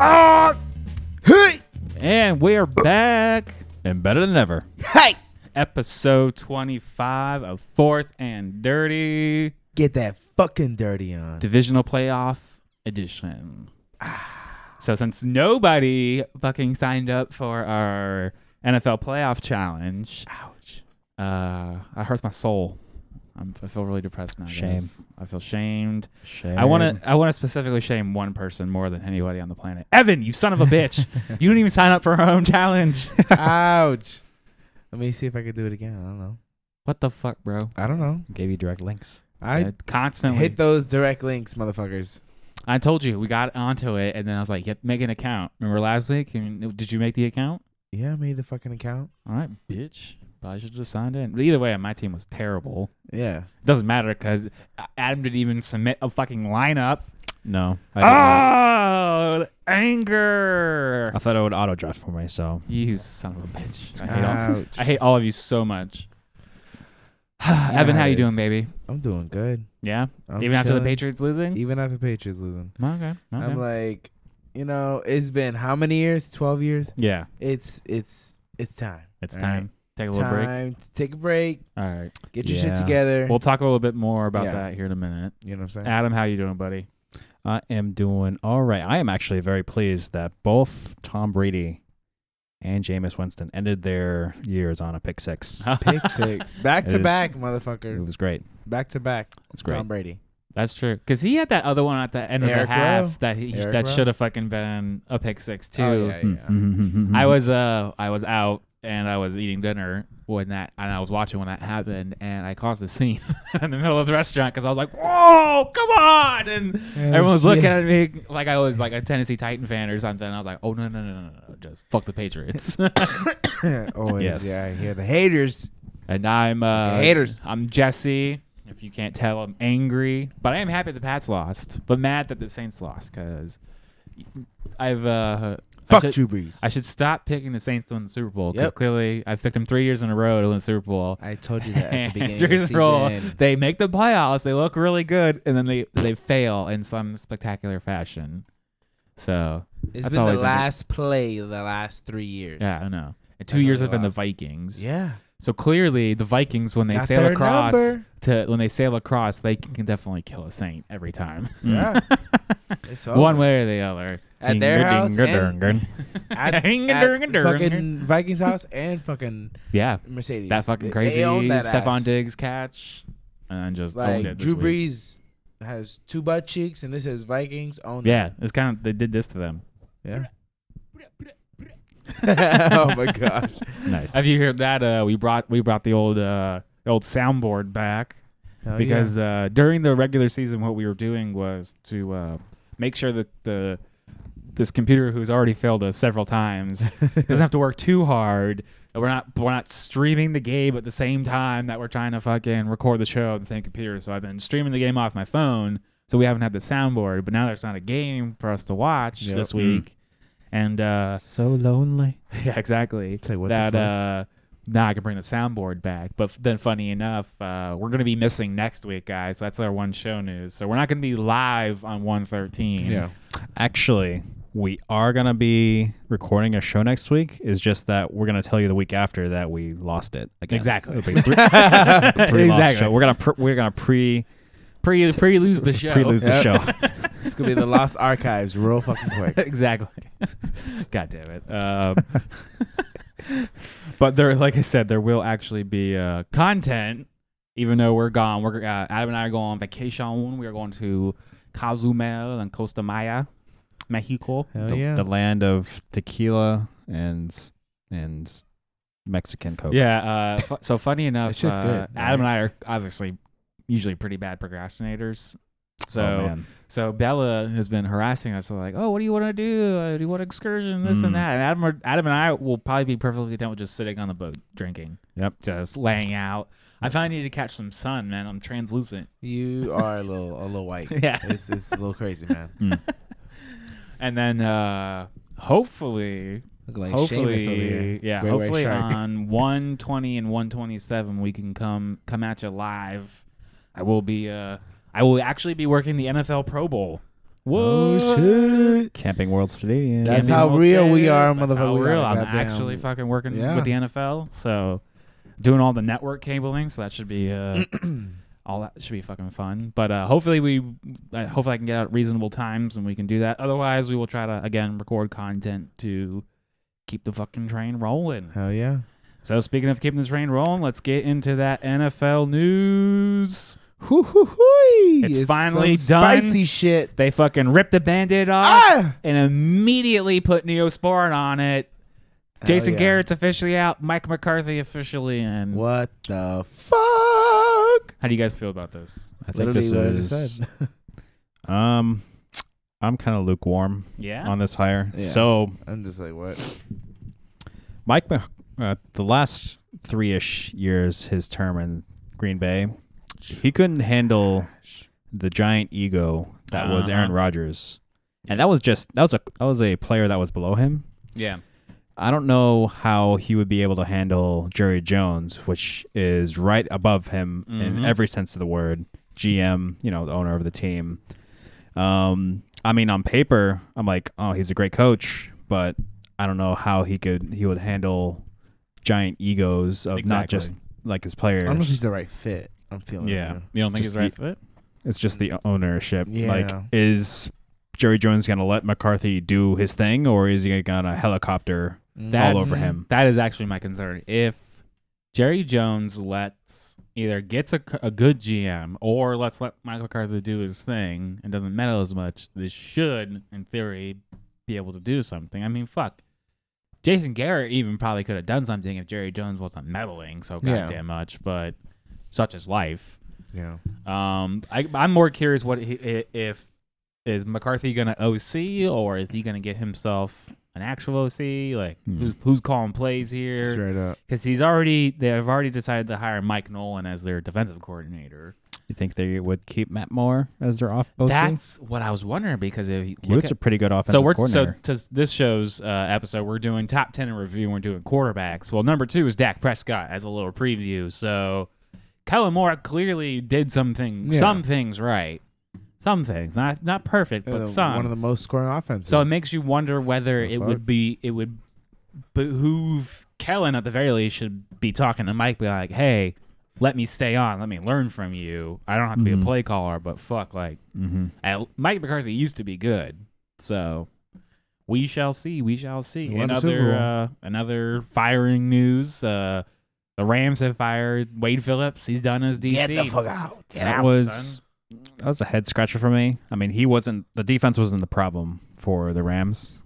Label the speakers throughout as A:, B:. A: Ah!
B: Hey!
A: And we're back and better than ever.
B: Hey!
A: Episode 25 of Fourth and Dirty
B: Get that fucking dirty on.
A: Divisional Playoff Edition. So, since nobody fucking signed up for our NFL Playoff Challenge,
B: Ouch.
A: uh, that hurts my soul. I'm, I feel really depressed now.
C: Shame.
A: guys. I feel shamed.
C: Shame.
A: I want to. I want to specifically shame one person more than anybody on the planet. Evan, you son of a bitch! you didn't even sign up for our own challenge.
B: Ouch. Let me see if I can do it again. I don't know.
A: what the fuck, bro?
B: I don't know.
C: Gave you direct links.
B: I
A: constantly.
B: hit those direct links, motherfuckers.
A: I told you we got onto it, and then I was like, "Get make an account." Remember last week? And did you make the account?
B: Yeah, I made the fucking account.
A: All right, bitch. Probably should have signed in. But either way, my team was terrible.
B: Yeah.
A: It doesn't matter because Adam didn't even submit a fucking lineup.
C: No. I, did not.
A: Oh, anger!
C: I thought it would auto draft for me, so
A: You son of a bitch! I hate all.
B: Ouch.
A: I hate all of you so much. Evan, how you
B: Nice.
A: doing, baby?
B: I'm doing good.
A: Yeah,
B: I'm
A: even after the
B: chilling.
A: Patriots losing.
B: Even after the Patriots losing.
A: Okay, okay.
B: I'm like, you know, it's been how many years? 12 years?
A: yeah,
B: It's it's it's time.
A: it's
B: All right?
A: time. Take a little break.
B: Time to take a break.
A: All right,
B: Get your shit
C: Yeah.
B: together.
A: we'll talk a little bit more about
B: Yeah.
A: that here in a minute.
B: you know what I'm saying?
A: Adam, how you doing, buddy?
C: I am doing all right. I am actually very pleased that both Tom Brady and Jameis Winston ended their years on a pick six.
B: Pick six. Back
C: It
B: to
C: is-
B: back,
C: It
B: motherfucker.
C: was great.
B: Back to back.
C: It's great.
B: Tom Brady.
A: That's true. Because he had that other one at the end of
B: Eric
A: the half
B: Rowe.
A: that he,
B: Eric
A: that
B: Rowe.
A: should have fucking been a pick six too.
B: Oh, yeah, yeah.
A: Mm-hmm.
C: Hmm.
A: I was uh I was out and I was eating dinner when that and I was watching when that happened and I caused a scene in the middle of the restaurant because I was like, "Whoa, come on!" and
B: Oh,
A: everyone was looking at me like I was like a Tennessee Titan fan or something. I was like, "Oh no no no no no, no. just fuck the Patriots."
B: Always,
C: Yes.
B: yeah. I hear the haters.
A: and I'm uh,
B: Haters.
A: I'm Jesse. If you can't tell, I'm angry, but I am happy the Pats lost, but mad that the Saints lost because I've uh I
B: Fuck
A: should-
B: Drew Brees.
A: I should stop picking the Saints to win the Super Bowl because
B: Yep.
A: clearly I've picked them three years in a row to win the Super Bowl.
B: I told you that at the beginning
A: Three
B: of the
A: years in a row,
B: season.
A: they make the playoffs. They look really good, and then they they fail in some spectacular fashion. So
B: It's
A: That's
B: been the
A: always a good-
B: last play of the last three years.
A: yeah, I know. And
B: I
A: two
B: know
A: years
B: they
A: have been the
B: lost.
A: Vikings.
B: Yeah.
A: So clearly, the Vikings when they
B: Got
A: sail
B: their
A: across
B: number.
A: to when they sail across, they can definitely kill a Saint every time,
B: Yeah.
A: Mm.
B: It's over.
A: one way or the other.
B: At their house. And
C: Ding-a-ding-a-ding-a-ding.
B: at, at
A: Ding-a-ding-a-ding-a-ding.
B: fucking Vikings house and fucking
A: Yeah,
B: Mercedes.
A: that fucking
B: They-
A: crazy
B: They own that
A: Stephon
B: ass.
A: Diggs catch, and just owned
B: Like
A: it Oh, this
B: Drew
A: week.
B: Brees has two butt cheeks, and this is Vikings own. it.
A: Yeah, it's kind of they did this to them.
B: Yeah. oh my gosh.
C: Nice.
A: Have you heard that? Uh, we brought we brought the old uh, the old soundboard back
B: Hell
A: because uh, during the regular season, what we were doing was to uh, make sure that the this computer who's already failed us several times doesn't have to work too hard. We're not we're not streaming the game at the same time that we're trying to fucking record the show on the same computer. So I've been streaming the game off my phone, so we haven't had the soundboard. But now there's not a game for us to watch
B: Yep.
A: this week, and uh,
C: so lonely?
A: yeah, exactly.
B: It's like, what the
A: that
B: fuck?
A: uh now I can bring the soundboard back. But f- then funny enough, uh we're gonna be missing next week, guys. That's our one show news. So we're not gonna be live on one thirteen.
B: yeah.
C: Actually, we are gonna be recording a show next week. It's just that we're gonna tell you the week after that we lost it. again.
A: Exactly.
C: It'll be three- three lost
A: Exactly.
C: show. We're gonna pr- we're gonna pre
A: Pre pre lose the show.
C: pre lose the
B: Yep.
C: show.
B: It's gonna be the lost archives real fucking quick.
A: exactly. God damn it. Um, but there, like I said, there will actually be uh, content, even though we're gone. We're uh, Adam and I are going on vacation. We are going to Cozumel and Costa Maya, Mexico.
B: Hell
C: the,
B: Oh, yeah.
C: the land of tequila and and Mexican coke.
A: Yeah. Uh, fu- so funny enough,
B: It's just
A: uh,
B: good,
A: Adam and I are obviously usually pretty bad procrastinators. So,
C: oh, man.
A: so Bella has been harassing us like, "Oh, what do you want to do? Uh, do you want excursion? This
C: Mm.
A: and that." And Adam, are, Adam and I will probably be perfectly content with just sitting on the boat drinking.
C: Yep.
A: Just laying out. I finally need to catch some sun, man. I'm translucent.
B: You are a little a little white.
A: Yeah.
B: It's it's a little crazy, man.
A: And then uh hopefully,
B: Look like
A: hopefully,
B: Seamus over here.
A: yeah,
B: Great white
A: hopefully
B: shark.
A: on 120 and 127 we can come come at you live. I will be uh I will actually be working the NFL Pro Bowl.
C: Oh,
A: Whoa.
B: Oh, shit.
C: Camping World Stadium.
B: That's
A: Camping
B: how
A: World
B: real we
A: Stadium.
B: are,
A: That's how
B: motherfucker. We
A: real.
B: are,
A: I'm
B: goddamn.
A: actually fucking working
B: Yeah.
A: with the NFL, so doing all the network cabling. So that should be uh, all that should be fucking fun. But uh, hopefully we, uh, hopefully I can get out at reasonable times and we can do that. Otherwise, we will try to again record content to keep the fucking train rolling.
B: Hell yeah.
A: So speaking of keeping the train rolling, let's get into that NFL news.
B: Hoo, hoo, hoo.
A: It's finally
B: some
A: done.
B: Spicy shit.
A: They fucking ripped the band-aid off
B: Ah!
A: and immediately put Neosporin on it. Jason
B: yeah.
A: Garrett's officially out. Mike McCarthy officially in.
B: What the fuck?
A: How do you guys feel about this?
C: I think
B: Literally
C: this
B: what I just
C: is.
B: said.
C: Um, I'm kind of lukewarm
A: Yeah.
C: on this hire.
B: Yeah.
C: So
B: I'm just like, what?
C: Mike, Mah- uh, the last three ish years, his term in Green Bay, he couldn't handle the giant ego that was Aaron
A: Uh-huh.
C: Rodgers, and that was just that was a that was a player that was below him.
A: yeah.
C: I don't know how he would be able to handle Jerry Jones, which is right above him in
A: Mhm.
C: every sense of the word. GM, you know, the owner of the team. Um, I mean, on paper, I'm like, oh, he's a great coach, but I don't know how he could he would handle giant egos of not just like his
B: I
C: players.
B: don't know if he's the right fit. I'm feeling
C: Yeah.
A: You don't think
C: Just
A: it's right fit?
C: it's just the ownership. Like,
B: Yeah.
C: is Jerry Jones gonna let McCarthy do his thing, or is he gonna helicopter?
B: it.
A: That's,
C: over him.
A: That is actually my concern. If Jerry Jones lets either gets a, a good GM or lets let Mike McCarthy do his thing and doesn't meddle as much, this should, in theory, be able to do something. I mean, fuck. Jason Garrett even probably could have done something if Jerry Jones wasn't meddling so
B: Yeah.
A: goddamn much, but such is life.
B: Yeah.
A: Um, I, I'm more curious what he, i- if is McCarthy gonna OC or is he gonna get himself an actual OC? Like
C: Hmm.
A: who's who's calling plays here?
B: Straight up.
A: Because he's already they've already decided to hire Mike Nolan as their defensive coordinator.
C: You think they would keep Matt Moore as their off? OC?
A: That's what I was wondering because if you look
C: Luke's
A: at-
C: a pretty good offensive
A: so we're so
C: coordinator.
A: to, this show's uh, episode we're doing top ten in review. and We're doing quarterbacks. Well, number two is Dak Prescott as a little preview. So Kellen Moore clearly did something
B: Yeah.
A: some things right, some things not not perfect, but
B: Uh,
A: some.
B: One of the most scoring offenses.
A: so it makes you wonder whether
B: The
A: it
B: fuck?
A: would be it would behoove Kellen at the very least should be talking to Mike, be like, hey. Let me stay on. Let me learn from you. I don't have to be
B: Mm-hmm.
C: Mhm.
A: a play caller, but fuck, like
C: mm-hmm.
A: I, Mike McCarthy used to be good, so we shall see. We shall see.
B: He won the Super
A: Another
B: Bowl.
A: uh, another firing news. Uh, the Rams have fired Wade Phillips. He's done as DC.
B: Get the fuck out.
A: Get
C: that
A: out,
C: was
A: son.
C: that was a head scratcher for me. I mean, he wasn't the defense wasn't the problem for the Rams.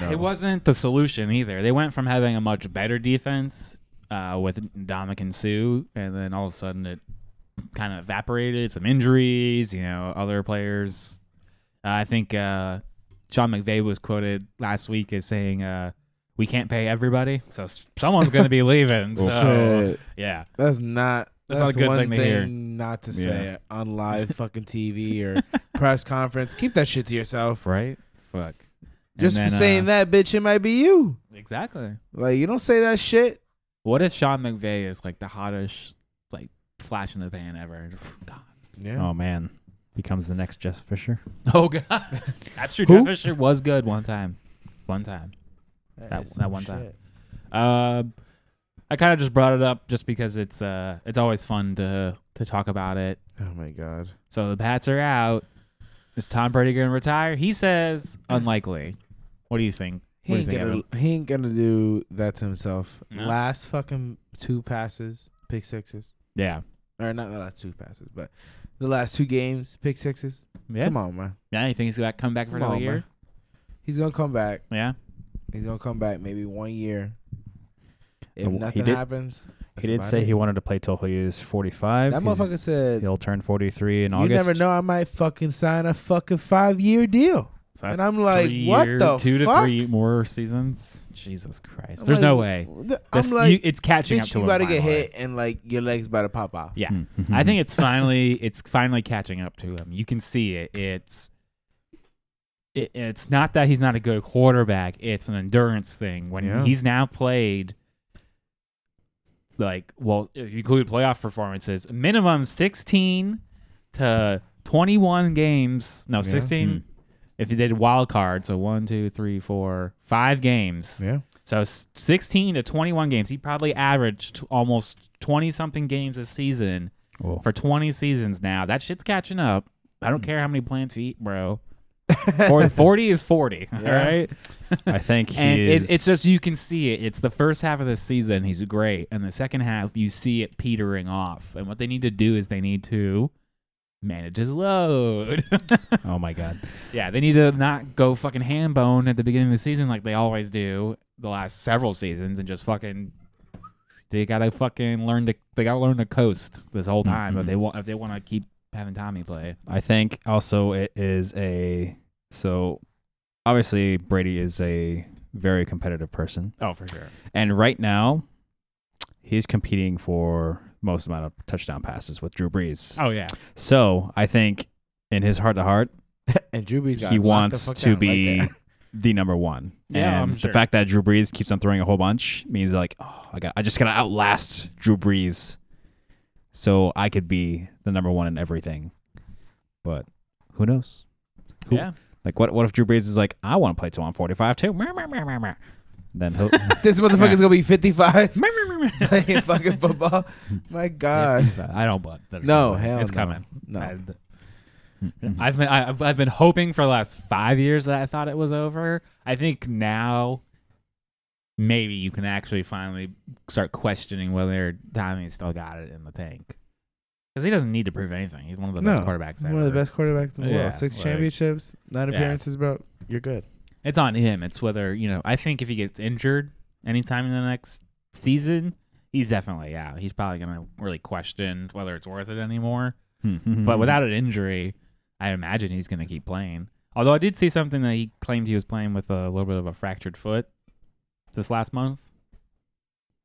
B: No.
A: It wasn't the solution either. They went from having a much better defense uh, with Dominic and Sue, and then all of a sudden it kind of evaporated. Some injuries, you know, other players. Uh, I think uh, Sean McVay was quoted last week as saying, uh, "We can't pay everybody, so s- someone's going to be leaving."
C: Well,
A: so
B: Shit.
A: yeah,
B: That's not.
A: uh, That's not a good
B: one
A: thing to hear.
B: Not to
C: Yeah.
B: say it on live fucking TV or press conference. Keep that shit to yourself.
A: right. Fuck. uh,
B: Just for saying that, bitch, it might be you.
A: Exactly.
B: Like you don't say that shit.
A: What if Sean McVay is like the hottest, like flash in the pan ever? God.
B: Yeah.
C: Oh man, becomes the next Jeff Fisher.
A: Oh god, that's true.
B: Who?
A: Jeff Fisher was good one time, one time. that-
B: is
A: that
B: some
A: one time. Uh, I kind of just brought it up just because it's uh it's always fun to to talk about it.
B: Oh my god.
A: So the Pats are out. Is Tom Brady going to retire? He says unlikely. What do you think?
B: He
A: What do you
B: ain't
A: think of
B: gonna. He ain't gonna do that to himself.
A: No.
B: Last fucking two passes, pick sixes,
A: Yeah,
B: or not the last two passes, but the last two games, pick sixes.
A: yeah.
B: Come on, man.
A: Yeah, you think he's going to come back for
B: Come
A: another
B: on,
A: year?
B: He's gonna come back.
A: Yeah.
B: He's gonna come back maybe one year. If
C: Uh, he
B: nothing
C: did-
B: happens,
C: he did say he wanted to play till he is 45.
B: That
C: He's-
B: motherfucker said,
C: He'll turn 43 in
B: "You
C: August.
B: never know, I might fucking sign a fucking five year deal."
A: So
B: And
A: that's
B: I'm like,
A: three
B: what the
A: Two to
B: fuck?
A: three more seasons. Jesus Christ.
B: I'm
A: There's
B: like,
A: no way.
B: I'm
A: This-
B: like,
A: you- it's catching up
B: bitch,
A: to
B: you
A: him
B: about to get
A: finally.
B: hit and like your legs about to pop off.
A: Yeah.
C: Mhm.
A: I
B: Mm-hmm.
A: think it's finally it's finally catching up to him. You can see it. It's it, it's not that he's not a good quarterback. It's an endurance thing. When
B: Yeah.
A: he's now played like well, if you include playoff performances, minimum 16 to 21 games. No,
B: Yeah. Hmm.
A: 16 if you did wild card, so one, two, three, four, five games.
B: Yeah.
A: So s- 16 to 21 games. He probably averaged t- almost 20 something games a season
C: Oh.
A: for 20 seasons now. That shit's catching up. I don't care how many plants you eat, bro. Forty- 40 is 40, all right?
C: I think he
A: and
C: is.
A: it, it's just you can see it. It's the first half of the season he's great, and the second half you see it petering off. And what they need to do is they need to manage his load.
C: oh my god.
A: yeah, they need to not go fucking ham bone at the beginning of the season like they always do the last several seasons, and just fucking they gotta fucking learn to they gotta learn to coast this whole time if
C: Mhm.
A: they want if they want to keep having Tommy play.
C: I think also it is a so obviously Brady is a very competitive person.
A: Oh, for sure.
C: And right now he's competing for most amount of touchdown passes with Drew Brees.
A: Oh yeah.
C: So, I think in his heart to heart,
B: And Drew Brees got
C: he
B: locked the
C: wants
B: fuck
C: to
B: down
C: be
B: right there.
C: the number 1.
A: Yeah,
C: and
A: I'm sure.
C: the fact that Drew Brees keeps on throwing a whole bunch means like, oh, I got I just got to outlast Drew Brees so I could be the number 1 in everything. But who knows? Who-
A: Yeah.
C: Like, what what if Drew Brees is like, I want to play till I'm 45 too? Meow, meow, meow, meow, meow. Then he'll.
B: This motherfucker's gonna be 55 playing fucking football. My God.
A: I don't but
B: No, hell
A: it's
B: no.
A: coming.
B: No.
C: Mm-mm.
A: Mm-hmm. I've been I- I've, I've been hoping for the last five years that I thought it was over. I think now maybe you can actually finally start questioning whether Tommy's still got it in the tank because he doesn't need to prove anything. He's one of the best
B: No,
A: quarterbacks.
B: One of the
A: ever.
B: best quarterbacks in the
A: Yeah,
B: world. Six
A: like-
B: championships, nine
A: Yeah.
B: appearances, bro. You're good.
A: It's on him. It's whether you know. I think if he gets injured anytime in the next season, he's definitely out. He's probably gonna really question whether it's worth it anymore. But without an injury, I imagine he's going to keep playing. Although I did see something that he claimed he was playing with a little bit of a fractured foot this last month.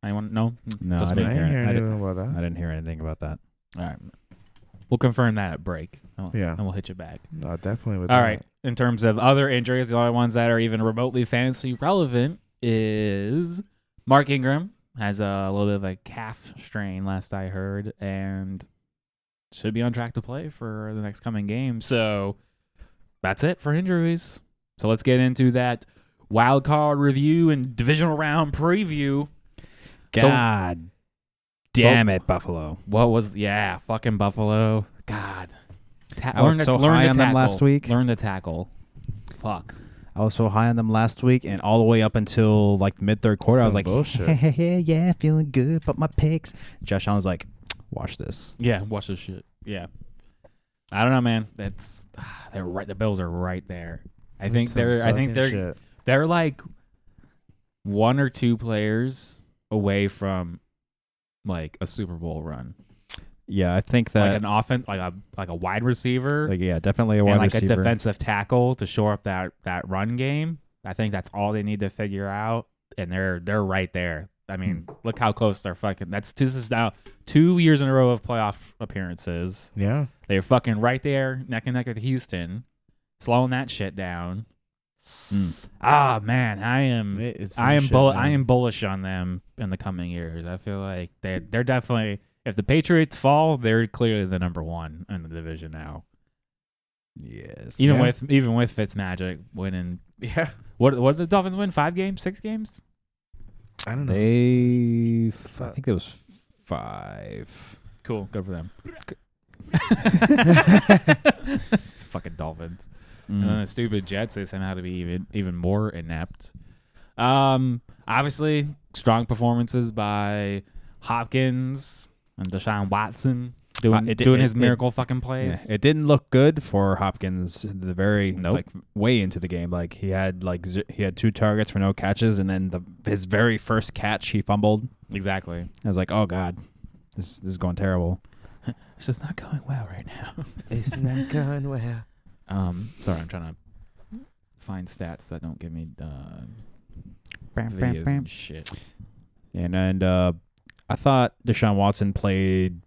A: Anyone? No?
C: No,
A: Just
C: I
A: me?
C: didn't
B: I ain't
C: hear
B: hearing
C: it. I didn't-
B: anything about that.
C: I didn't hear anything about that.
A: All right. We'll confirm that at break. Oh,
B: Yeah.
A: And we'll hit you back.
B: No, definitely with
A: All
B: that.
A: right. In terms of other injuries, the only ones that are even remotely fantasy relevant is Mark Ingram has a little bit of a calf strain, last I heard, and should be on track to play for the next coming game. So that's it for injuries. So let's get into that wild card review and divisional round preview. So-
C: God damn it, Buffalo!
A: What was yeah, fucking Buffalo. God. Ta-
C: I was
A: learn to-
C: so
A: learn
C: high
A: to
C: on them last
A: tackle.
C: week.
A: Learn to tackle. Fuck.
C: I was so high on them last week, and all the way up until like mid third quarter, I was
B: Some
C: like,
B: bullshit.
C: yeah, feeling good, but my picks. Josh Allen's like, watch this.
A: Yeah, watch this shit. Yeah. I don't know, man. That's they're right. The Bills are right there. I
B: That's
A: think
B: some
A: they're. I
B: fucking
A: think they're.
B: shit.
A: They're like one or two players away from like a Super Bowl run,
C: Yeah, I think
A: like
C: that.
A: an offense, like a like a wide receiver,
C: Like, yeah, definitely a wide
A: and like
C: receiver.
A: a defensive tackle to shore up that that run game. I think that's all they need to figure out, and they're they're right there. I mean, look how close they're fucking. That's this is now two years in a row of playoff appearances.
B: Yeah.
A: They're fucking right there, neck and neck with Houston, slowing that shit down.
C: Mm.
A: Ah man, I am
B: It- it's Hmm. some
A: I am
B: shit,
A: bull-
B: man.
A: I am bullish on them in the coming years. I feel like they are they're definitely if the Patriots fall, they're clearly the number one in the division now.
C: Yes.
A: Even
B: Yeah.
A: with even with Fitzmagic winning,
B: Yeah.
A: what what did the Dolphins win? Five games, six games?
B: I don't know.
C: They, f- I think it was five.
A: Cool, good for them. it's fucking Dolphins.
C: Mm.
A: and then the Uh, stupid Jets they somehow to be even even more inept. Um, obviously strong performances by Hopkins and Deshaun Watson doing
C: Uh, it-
A: doing
C: it-
A: his
C: it-
A: miracle fucking plays.
C: Yeah, it didn't look good for Hopkins. The very
A: Nope.
C: like way into the game, like he had like z- he had two targets for no catches, and then the his very first catch he fumbled.
A: exactly.
C: I was like, oh god, this this is going terrible.
A: It's just not going well right now.
B: It's not going well.
A: Um, sorry, I'm trying to find stats that don't give me uh, videos and shit.
C: And and uh, I thought Deshaun Watson played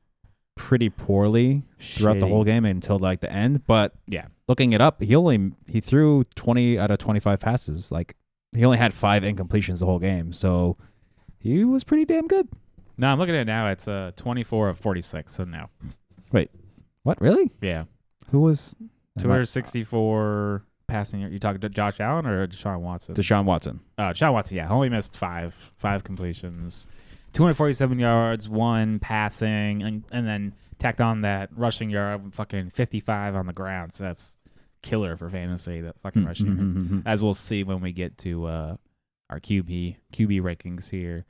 C: pretty poorly throughout the
B: Shitty.
C: whole game until like the end. But
A: Yeah.
C: looking it up, he only he threw twenty out of twenty five passes. Like he only had five incompletions the whole game. So he was pretty damn good.
A: No, I'm looking at it now. It's uh 24 of 46. So no.
C: What really?
A: Yeah.
C: Who was?
A: 264 passing year? You talking to Josh Allen or Deshaun Watson?
C: Deshaun Watson.
A: uh, Deshaun Watson, yeah, only missed five five completions, 247 yards, one passing, and and then tacked on that rushing yard, fucking 55 on the ground. So that's killer for fantasy. That
C: Hmm. Mm,
A: fucking rushing,
C: mm-hmm.
A: yards. as we'll see when we get to uh, our QB QB rankings here.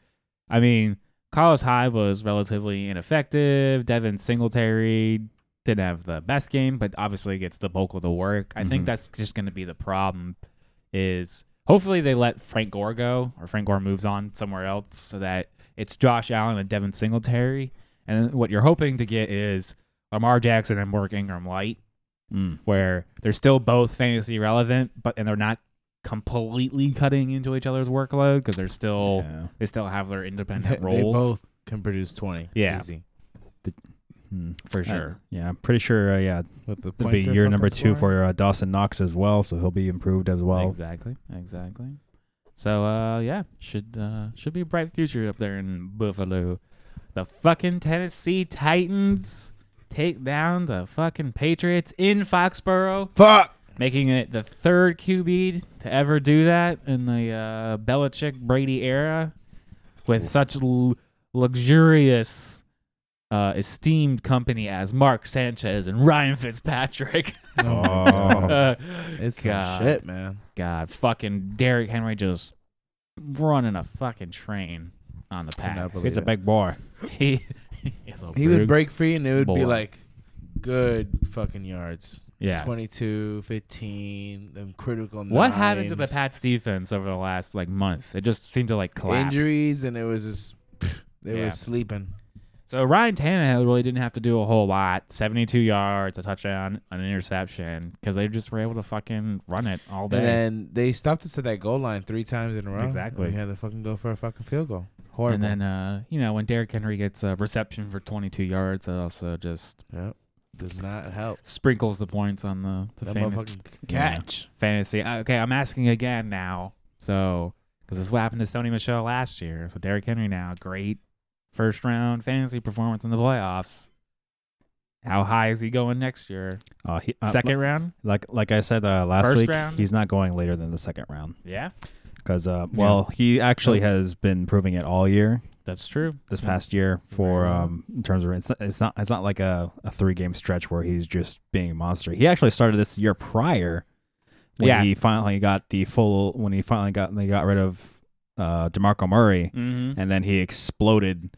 A: I mean, Carlos Hyde was relatively ineffective. Devin Singletary didn't have the best game, but obviously gets the bulk of the work. I think
C: Mhm.
A: that's just going to be the problem. Is hopefully they let Frank Gore go or Frank Gore moves on somewhere else so that it's Josh Allen and Devin Singletary. And what you're hoping to get is Lamar Jackson and Mark Ingram light
C: Mm.
A: where they're still both fantasy relevant, but and they're not completely cutting into each other's workload because they're still
C: Yeah.
A: they still have their independent roles.
B: They both can produce twenty.
A: Yeah.
B: easy.
C: Mm.
A: for
C: I-
A: sure.
C: yeah, I'm pretty sure. Uh, yeah,
B: But the
C: it'll be
B: points are
C: year
B: fucking
C: number two
B: scoring.
C: for uh, Dawson Knox as well, so he'll be improved as well.
A: exactly, exactly. So uh, yeah, should uh, should be a bright future up there in Buffalo. The fucking Tennessee Titans take down the fucking Patriots in Foxborough.
B: Fuck.
A: making it the third QB to ever do that in the uh, Belichick Brady era, with such l- luxurious, uh, esteemed company as Mark Sanchez and Ryan Fitzpatrick.
B: Oh, my God.
A: Uh,
B: Oh, it's some
A: God.
B: shit, man.
A: God, fucking Derrick Henry just running a fucking train on the
B: Cannot
A: pass.
B: believe
C: It's a big bar.
A: He, is a
B: He would
A: big
B: break free and it would be
A: Boy.
B: like good fucking yards.
A: Yeah.
B: 22, 15, them critical
A: What happened to the
B: nines,
A: Pats defense over the last like month? It just seemed to like collapse.
B: Injuries and it was just they
A: Yeah.
B: were sleeping.
A: So Ryan Tannehill really didn't have to do a whole lot. 72 yards, a touchdown, an interception, because they just were able to fucking run it all
B: And
A: day.
B: then they stopped us at that goal line three times in a row.
A: Exactly.
B: And we had to fucking go for a fucking field goal. Horrible.
A: And then, uh, you know, when Derrick Henry gets a reception for 22 yards, that also just
B: yep. Does not help.
A: sprinkles the points on the, the
B: That
A: fantasy.
B: motherfucking catch.
A: fantasy. Uh, Okay, I'm asking again now. So, because this is what happened to Sony Michelle last year. So Derrick Henry now, great first round fantasy performance in the playoffs. How high is he going next year?
C: Uh, he, uh,
A: Second round?
C: like like I said uh, last
A: First
C: week,
A: round?
C: he's not going later than the second round
A: Yeah,
C: because uh, well, he actually has been proving it all year.
A: that's true.
C: this
A: Yeah.
C: past year for
A: Very well.
C: um in terms of it's not it's not, it's not like a, a three game stretch where he's just being a monster. He actually started this year prior when
A: Yeah.
C: he finally got the full when he finally got they got rid of uh DeMarco Murray
A: Mm-hmm.
C: and then he exploded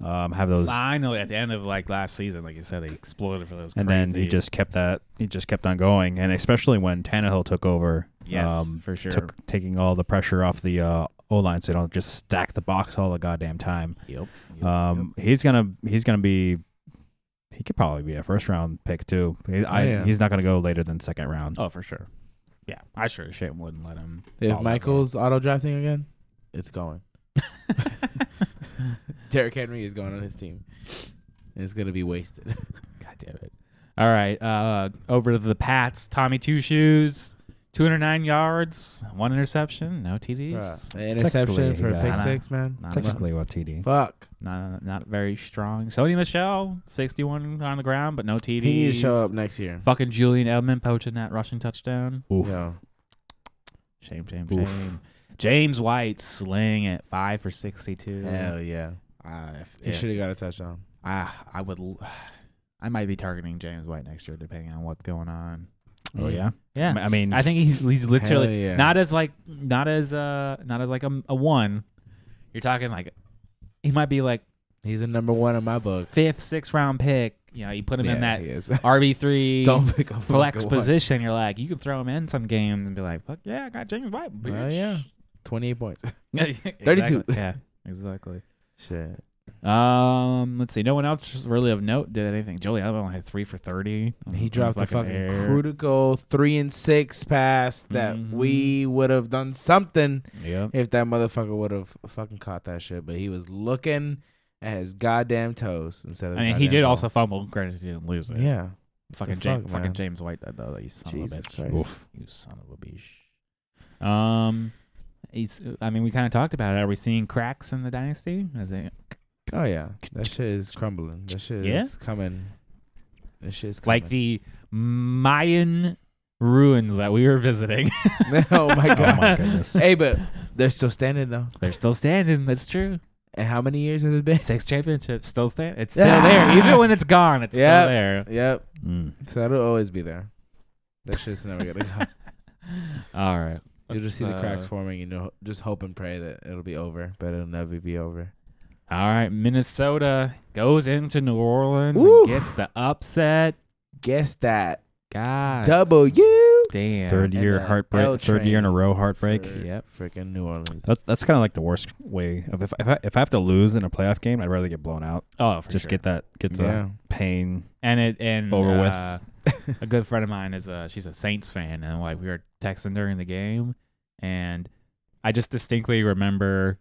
C: um have those
A: Finally, at the end of like last season, like you said, they exploded for those.
C: and
A: crazy,
C: then he just kept that he just kept on going and especially when Tannehill took over
A: yes,
C: um
A: for sure.
C: took taking all the pressure off the uh O line so they don't just stack the box all the goddamn time.
A: yep. yep,
C: Um, he's gonna he's gonna be he could probably be a first round pick too. He, I,
B: Oh, yeah.
C: He's not gonna go later than second round.
A: yep. oh, for sure. Yeah, I sure as shit wouldn't let him.
B: If
A: fall that
B: Michael's auto drafting again, it's going.
A: far.
B: Derrick Henry is going on his team. And it's gonna be wasted.
A: God damn it. All right. Uh, over to the Pats. Tommy Two Shoes, 209 yards, one interception, no TDs.
B: Bruh. An interception
C: Technically,
B: for a
C: yeah.
B: pick
A: Nah,
B: six, man.
A: Not, not,
C: Technically, what TD?
B: Fuck.
A: not, not very strong. Sony Michelle, 61 on the ground, but no TDs.
B: He needs to show up next year.
A: Fucking Julian Edelman poaching that rushing touchdown.
C: Oof.
B: Yo.
A: Shame, shame,
C: Oof.
A: shame. James White sling it five for sixty-two.
B: Hell yeah.
A: Uh, if,
B: He
A: if-
B: should have got a touchdown.
A: ah, I would. l- I might be targeting James White next year, depending on what's going on.
C: Oh yeah.
A: Yeah,
C: I mean,
A: I think he's he's literally
B: Hell yeah.
A: not as like not as uh not as like a, a one. You're talking like he might be like
B: He's a number one in my book.
A: fifth, sixth round pick. You know, you put him in that
B: he is.
A: RB three
B: Don't pick a
A: flex
B: fucking one.
A: position. You're like you can throw him in some games and be like, fuck yeah, I got James White.
B: Oh
A: bitch."
B: yeah. Twenty eight points.
A: Exactly. Yeah, exactly.
B: Shit.
A: Um, let's see. No one else really of note did anything. Jolie Allen only had three for thirty. on- on
B: He dropped a fucking
A: air.
B: critical three and six pass that
A: Mhm.
B: we would have done something
A: Yep.
B: if that motherfucker would have fucking caught that shit. But he was looking at his goddamn toes instead of.
A: I mean,
B: the
A: he
B: goddamn
A: did
B: ball.
A: also fumble. Granted, he didn't lose it.
B: Yeah. Oh,
A: Fucking
B: The
A: James,
B: fuck,
A: fucking
B: man.
A: James White that though. You son
B: Jesus
A: of a bitch.
B: Christ.
A: You son of a bitch. Um, he's. I mean, we kind of talked about it. Are we seeing cracks in the dynasty? Is it
B: Oh yeah. That shit is crumbling. That shit
A: Yeah?
B: is coming. That shit is coming.
A: like the Mayan ruins that we were visiting.
B: oh my
C: oh
B: god.
C: my goodness.
B: hey, but they're still standing though.
A: They're still standing. That's true.
B: And how many years has it been?
A: Six championships still stand. It's still there. Even when it's gone, it's
B: Yep.
A: still there.
B: Yep.
C: Mm.
B: So that'll always be there. That shit's never gonna go.
A: All right.
B: You'll just see
A: Let's,
B: the cracks
A: uh,
B: forming, and you'll just hope and pray that it'll be over, but it'll never be over.
A: All right. Minnesota goes into New Orleans
B: Woo.
A: and gets the upset.
B: Guess that.
A: God
B: W.
A: damn.
C: Third
B: and
C: year
B: the L
C: heartbreak. Third year in a
B: train
C: row heartbreak.
B: for
A: Yep.
B: Freaking New Orleans.
C: That's that's kind of like the worst way of if if I, if I have to lose in a playoff game, I'd rather get blown out.
A: Oh, for
C: Just
A: sure.
C: get that get the
B: yeah.
C: pain.
A: and it and
C: Over with.
A: uh, a good friend of mine is uh she's a Saints fan and like we were texting during the game and I just distinctly remember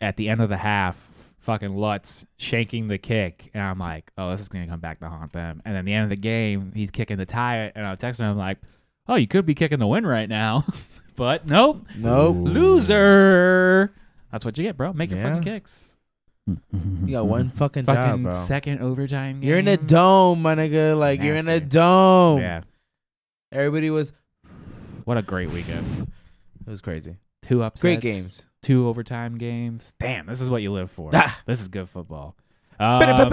A: at the end of the half fucking Lutz shanking the kick and I'm like, Oh, this is gonna come back to haunt them and then the end of the game he's kicking the tie and I'm texting him like, Oh, you could be kicking the win right now But nope.
B: Nope.
A: Loser That's what you get, bro. Make your
B: Yeah.
A: fucking kicks.
B: You got one fucking, job,
A: Fucking
B: bro.
A: second overtime game.
B: You're in a dome, my nigga. Like you're in a
A: Nasty.
B: dome.
A: Yeah.
B: Everybody was.
A: What a great weekend.
B: It was crazy.
A: Two upsets.
B: Great games.
A: Two overtime games. Damn, this is what you live for.
B: Ah.
A: This is good football. Um,
B: Hell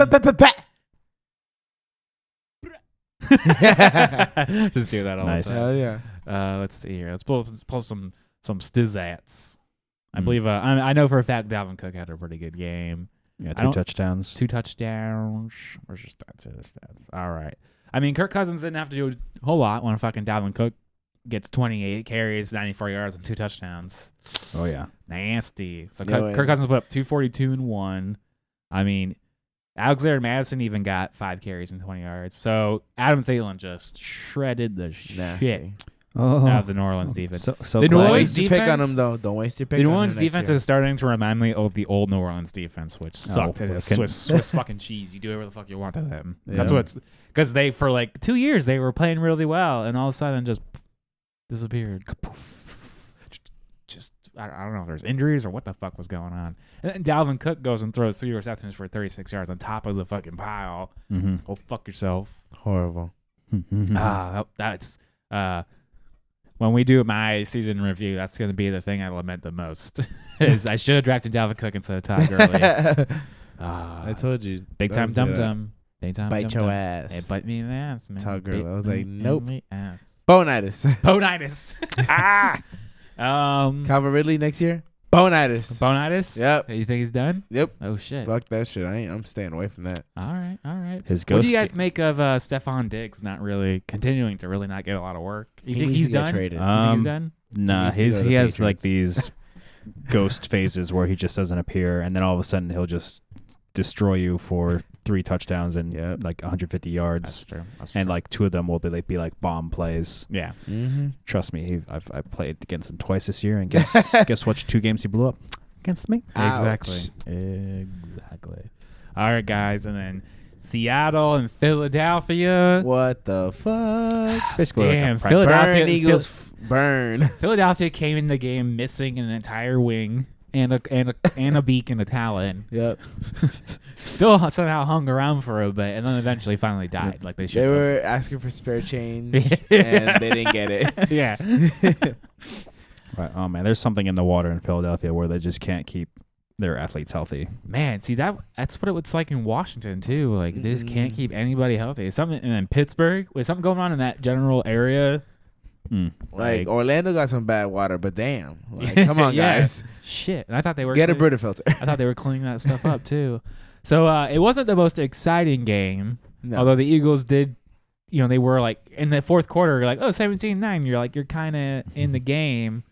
A: Um, just do that all
C: Nice.
A: the time.
B: yeah.
A: Uh, let's see here. Let's pull, let's pull some some stizzats. I
B: Hmm.
C: Mm.
A: believe uh, I, I know for a fact Dalvin Cook had a pretty good game.
C: Yeah,
A: I don't-
C: two touchdowns.
A: Two touchdowns. Where's your stats? Here, the stats. All right. I mean, Kirk Cousins didn't have to do a whole lot when fucking Dalvin Cook gets 28 carries, 94 yards, and two touchdowns.
C: Oh yeah.
A: Nasty. So
B: Yeah,
A: Kirk,
B: wait.
A: Kirk Cousins put up 242 and one. I mean, Alexander Madison even got five carries and 20 yards. So Adam Thielen just shredded the shit
B: Nasty.
C: Oh.
A: out of the New Orleans defense.
C: So, so
A: The New
B: Don't
C: glad-
A: Orleans
B: waste your pick on
A: defense-
B: him though. Don't waste your pick.
A: The New
B: on him
A: Orleans
B: next
A: defense
B: year.
A: is starting to remind me of the old New Orleans defense, which sucked. Oh, it is
C: okay.
A: Swiss Swiss fucking cheese. You do whatever the fuck you want to them. That's
B: Yeah.
A: what's because they for like two years they were playing really well, and all of a sudden just disappeared. Just I I don't know if there's injuries or what the fuck was going on. And then Dalvin Cook goes and throws three receptions for 36 yards on top of the fucking pile.
C: Mhm.
A: Go fuck yourself.
B: horrible.
C: Mhm.
B: Mm-hmm.
A: Ah, that's uh, when we do my season review. That's going to be the thing I lament the most. is I should have drafted Dalvin Cook instead of Todd Gurley. Ah,
B: I told you.
A: big time
B: That
A: dum
B: was it.
A: dum. Big time
B: uh, Bite
A: dum
B: your
A: dum.
B: ass.
A: Hey, bite me in the ass, man.
B: Todd Gurley.
A: Bite
B: I was like,
A: me in
B: nope.
A: the ass.
B: Bonitis.
A: Bonitis. ah. Um.
B: Calvin Ridley next year. Bonitis.
A: Bonitis.
B: Yep.
A: You think he's done?
B: Yep.
A: Oh shit.
B: Fuck that shit. I ain't, I'm staying away from that.
A: All right. All right.
C: His
A: What
C: ghost.
A: do you guys make of uh, Stefan Diggs not really continuing to really not get a lot of work? You think
B: needs
A: he's
B: to get
A: done? You
B: traded.
C: Uh,
A: think he's
C: Um,
A: done?
C: nah,
B: needs to go
C: he's
B: to
C: he
B: the
C: has like
B: Patriots.
C: these ghost phases where he just doesn't appear, and then all of a sudden he'll just destroy you for three touchdowns and
B: Yep.
C: like 150
A: That's
C: yards,
A: true. That's
C: and
A: true.
C: like two of them will be like, be like bomb plays.
A: yeah,
B: mm-hmm.
C: Trust me, he, I've I played against him twice this year, and guess guess what? Two games he blew up against me.
A: exactly, exactly. All right, guys, and then Seattle and Philadelphia.
B: What the fuck?
C: Basically, like a
A: Damn,
C: Frank-
A: Philadelphia-
B: Burn Eagles. f- burn.
A: Philadelphia came in the game missing an entire wing and a and a and a beak and a talon.
B: Yep.
A: Still hu- somehow hung around for a bit, and then eventually finally died, like they should.
B: They
A: have.
B: were asking for spare change and they didn't get it.
A: yeah.
C: Right. Oh man, there's something in the water in Philadelphia where they just can't keep their athletes healthy.
A: Man, see that that's what it was like in Washington too. Like they just can't
B: Mm-mm.
A: keep anybody healthy. It's Something and then Pittsburgh with something going on in that general area.
C: Mm.
B: Like Orlando got some bad water, but damn. Like,
A: Yeah.
B: come on,
A: Yeah.
B: guys.
A: shit. And I thought they were
B: Get a
A: clean-
B: Brita filter.
A: I thought they were cleaning that stuff up too. So uh, it wasn't the most exciting game,
B: No.
A: although the Eagles did. You know, they were like in the fourth quarter, you're like, oh, 17 9. You're like, you're kind of in the game.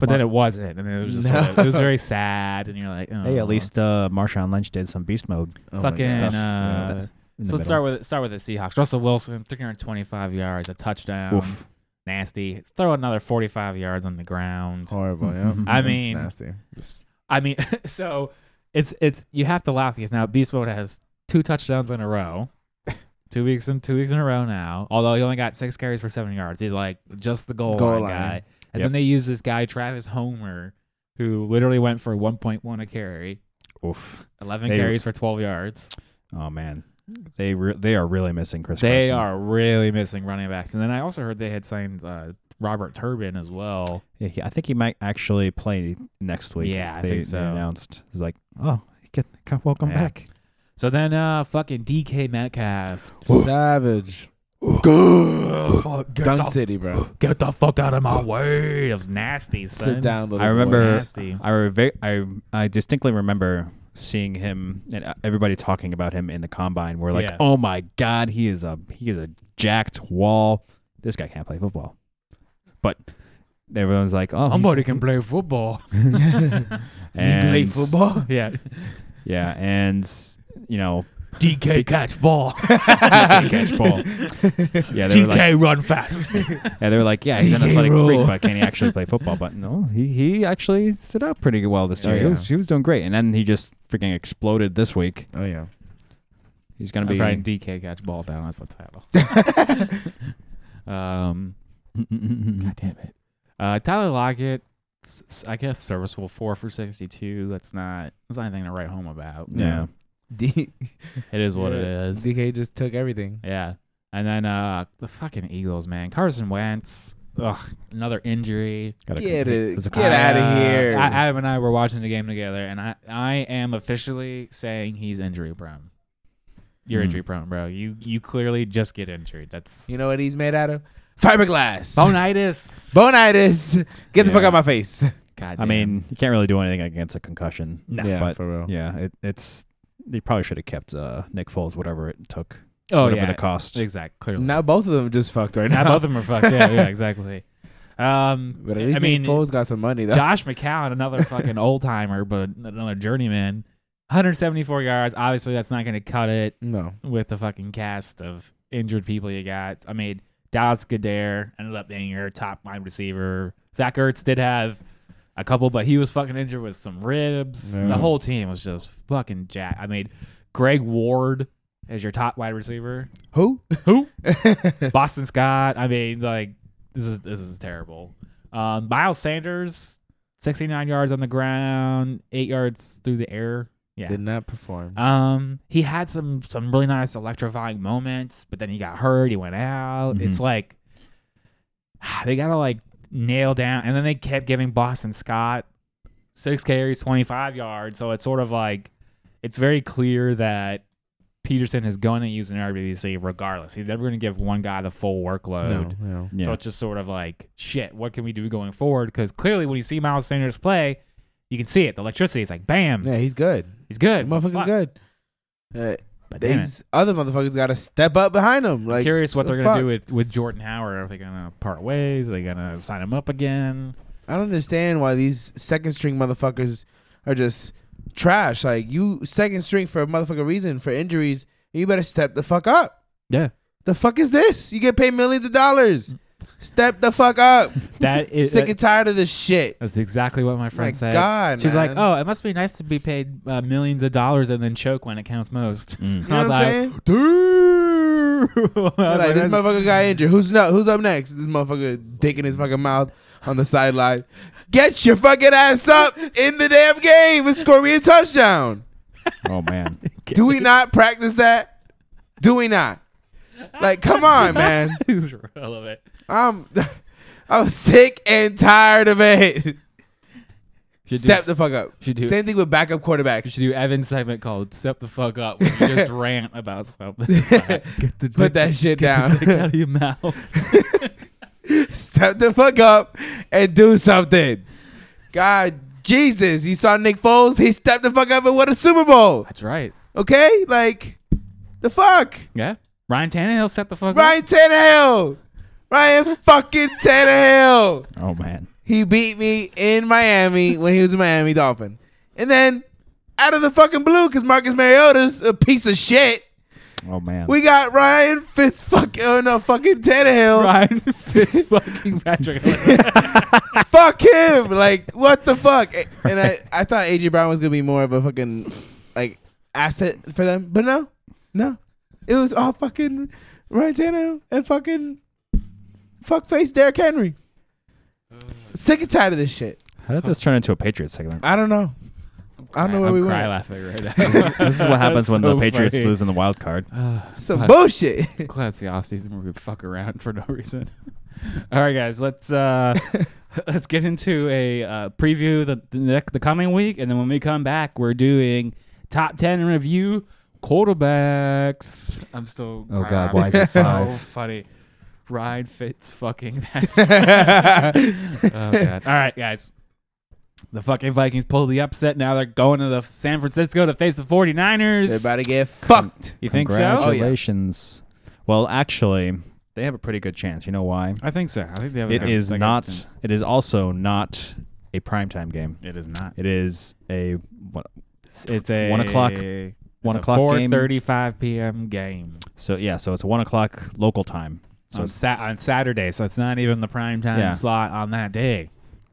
A: But then it wasn't. And it was just,
B: No.
A: sort of- it was very sad. And you're like, oh.
C: Hey, at least uh, Marshawn Lynch did some beast mode.
B: Oh my
A: fucking.
B: gosh.
A: uh,
C: Yeah. in the
A: So let's start
C: middle.
A: with start with the Seahawks. Russell Wilson, 325 yards, a touchdown,
C: Oof.
A: nasty. Throw another 45 yards on the ground.
B: Horrible, yeah.
C: Mhm.
A: I
B: That's
A: mean-
B: nasty. Just-
A: I mean, so it's it's you have to laugh because now Beast Mode has two touchdowns in a row, two weeks in two weeks in a row now. Although he only got six carries for seven yards, he's like just the goal,
B: Goal
A: line,
B: line.
A: guy. And
C: Yep.
A: then they use this guy Travis Homer, who literally went for 1.1 a carry,
C: Oof.
A: 11
C: They-
A: carries for 12 yards.
C: Oh man, They re- they are really missing Chris.
A: They
C: Carson.
A: are really missing running backs. And then I also heard they had signed uh, Robert Turbin as well.
C: Yeah, he- I think he might actually play next week.
A: Yeah, I
C: they,
A: think
C: they
A: so.
C: announced. It's like, oh, get, come- welcome
A: Yeah.
C: back.
A: So then uh, fucking DK Metcalf.
B: Savage.
A: Fuck, get,
B: Dunk
A: the,
B: City, bro.
A: get the fuck out of my way. It was nasty, son.
B: Sit down, little
C: I remember-
B: boy.
A: Nasty.
C: I, re- ve- I I distinctly remember seeing him and uh, everybody talking about him in the combine. We're like,
A: Yeah.
C: oh my god, he is a he is a jacked wall. This guy can't play football. But everyone's like, oh, he's-
A: Somebody can play football.
C: and-
B: He play football.
A: yeah.
C: Yeah, and you know,
A: DK catch ball.
C: DK catch ball. Yeah, they were like,
A: run fast.
C: yeah, they were like, yeah, he's an
B: DK
C: athletic freak,
B: rule.
C: but can he actually play football? But no, he he actually stood out pretty well this
B: Oh,
C: year. He
B: yeah.
C: was he was doing great, and then he just freaking exploded this week.
B: Oh yeah.
C: He's gonna
A: I'm
C: be
A: writing DK catch ball down. That's the title. um, God damn it. Uh, Tyler Lockett, s- s- I guess serviceable four for sixty-two. That's not that's not anything to write home about.
C: Yeah.
B: D-
A: it is what it
B: Yeah.
A: is.
B: DK just took everything.
A: Yeah, and then uh, the fucking Eagles, man. Carson Wentz, ugh, another injury.
C: Gotta
B: Get
C: complete-
B: it-
C: was a
B: get it. outta
A: Uh,
B: here.
A: I, Adam and I were watching the game together, and I I am officially saying he's injury prone. You're
C: Hmm.
A: injury prone, bro. You you clearly just get injured. That's
B: You know what he's made out of? Fiberglass.
A: bonitis.
B: Bonitis. Get the fuck
C: Yeah.
B: out of my face.
A: God
C: I
A: damn.
C: mean, you can't really do anything against a concussion.
A: No.
B: yeah,
C: but-
B: for real.
C: Yeah, it, it's they probably should have kept uh, Nick Foles whatever it took,
A: oh
C: whatever
A: yeah,
C: the cost.
A: exactly. Clearly,
B: Now both of them just fucked right
A: Now
B: now.
A: both of them are fucked. Yeah, yeah, exactly. Um,
B: But at least
A: I mean,
B: Foles got some money though.
A: Josh McCown, another fucking old timer, but another journeyman, 174 yards. Obviously, that's not going to cut it
B: no.
A: with the fucking cast of injured people you got. I mean, Dallas Goddard ended up being your top wide receiver. Zach Ertz did have a couple, but he was fucking injured with some ribs.
B: Yeah.
A: The whole team was just fucking jacked. I mean, Greg Ward is your top wide receiver.
B: Who?
A: Who? Boston Scott. I mean, like this is this is terrible. Um, Miles Sanders, sixty nine yards on the ground, eight yards through the air. Yeah.
B: Did not perform.
A: Um, he had some some really nice electrifying moments, but then he got hurt. He went out.
C: Mhm.
B: Mm-hmm.
A: It's like they gotta like nail down, and then they kept giving Boston Scott six carries, twenty five yards. So it's sort of like it's very clear that Peterson is going to use an RBC regardless. He's never going to give one guy the full workload.
B: no, no.
C: yeah.
A: So it's just sort of like, shit, what can we do going forward? Because clearly, when you see Miles Sanders play, you can see it. The electricity is like, bam,
B: Yeah, he's good.
A: he's good.
B: That motherfucker's
A: Fuck.
B: good. Uh,
A: But damn it.
B: these other motherfuckers got to step up behind him. Like,
A: curious what
B: the
A: they're gonna
B: fuck?
A: do with with Jordan Howard. Are they gonna part ways? Are they gonna sign him up again?
B: I don't understand why these second string motherfuckers are just trash. Like you second string for a motherfucking reason for injuries. You better step the fuck up.
A: Yeah,
B: The fuck is this? You get paid millions of dollars. Step the fuck up.
A: that is
B: Sick
A: that-
B: and tired of this shit.
A: that's exactly what my friend
B: My
A: said.
B: God,
A: She's like,
B: man.
A: "Oh, it must be nice to be paid uh, millions of dollars and then choke when it counts most."
C: Mm.
B: You know what I'm saying?
A: Dude, I was
B: Like,
A: like,
B: this
A: "That's-
B: motherfucker got injured. Who's not? Who's up next? This motherfucker dick in his fucking mouth on the sideline. Get your fucking ass up in the damn game and score me a touchdown.
C: oh man,
B: Do we not practice that? Do we not? Like, come on, man.
A: It's relevant.
B: I'm I'm sick and tired of it.
A: Should
B: Step
A: do,
B: the fuck up.
A: should do-
B: Same thing with backup
A: you
B: quarterbacks.
A: should do Evan's segment called "Step the Fuck Up," where you just rant about something. Get the
B: Put
A: dick-
B: that shit
A: get the dick out
B: down.
A: of your mouth.
B: Step the fuck up and do something. God, Jesus, you saw Nick Foles? He stepped the fuck up and won a Super Bowl.
A: That's right.
B: Okay, like the fuck.
A: Yeah, Ryan Tannehill set the fuck up.
B: Ryan Tannehill, Ryan fucking Tannehill.
C: oh man,
B: He beat me in Miami when he was a Miami Dolphin. And then out of the fucking blue, because Marcus Mariota's a piece of shit,
C: oh man.
B: we got Ryan Fitz fucking oh no fucking Tannehill.
A: Ryan Fitz fucking Patrick.
B: Fuck him. Like, what the fuck? A- And I, I thought AJ Brown was gonna be more of a fucking like asset for them. But no. No. It was all fucking Ryan Tannehill and fucking fuckface Derrick Henry. Sick and tired of this shit.
C: How did this turn into a Patriots segment?
B: I don't know. I don't know where
A: I'm
B: we went.
A: cry laughing right now.
C: this is what happens
A: That's
C: when the
A: so
C: Patriots
A: funny.
C: lose in the wild card.
A: Ah,
B: Some
A: glad-
B: bullshit.
A: Glad it's the off season where we fuck around for no reason. All right, guys, let's uh let's get into a uh, preview the the, next, the coming week, and then when we come back, we're doing top ten review quarterbacks. I'm still
C: Oh, God, why is it
A: so
C: five?
A: funny? Ryan Fitz fucking. oh
B: oh
A: god! All right, guys. The fucking Vikings pulled the upset. Now they're going to the San Francisco to face the 49ers.
B: They're about to get fucked.
A: you think so? Oh,
C: Congratulations. Well, actually, they have a pretty good chance. You know why?
A: I think so. I think they have. a
C: It
A: good
C: is
A: second
C: not.
A: chance.
C: It is also not a primetime game.
A: It is not.
C: It is a what
A: It's a
C: One o'clock-
A: it's
C: one
A: a
C: o'clock game.
A: 4:35 p.m. game
C: So yeah, so it's a one o'clock local time. So
A: on, Sat on Saturday, so it's not even the prime time
C: Yeah.
A: slot on that day.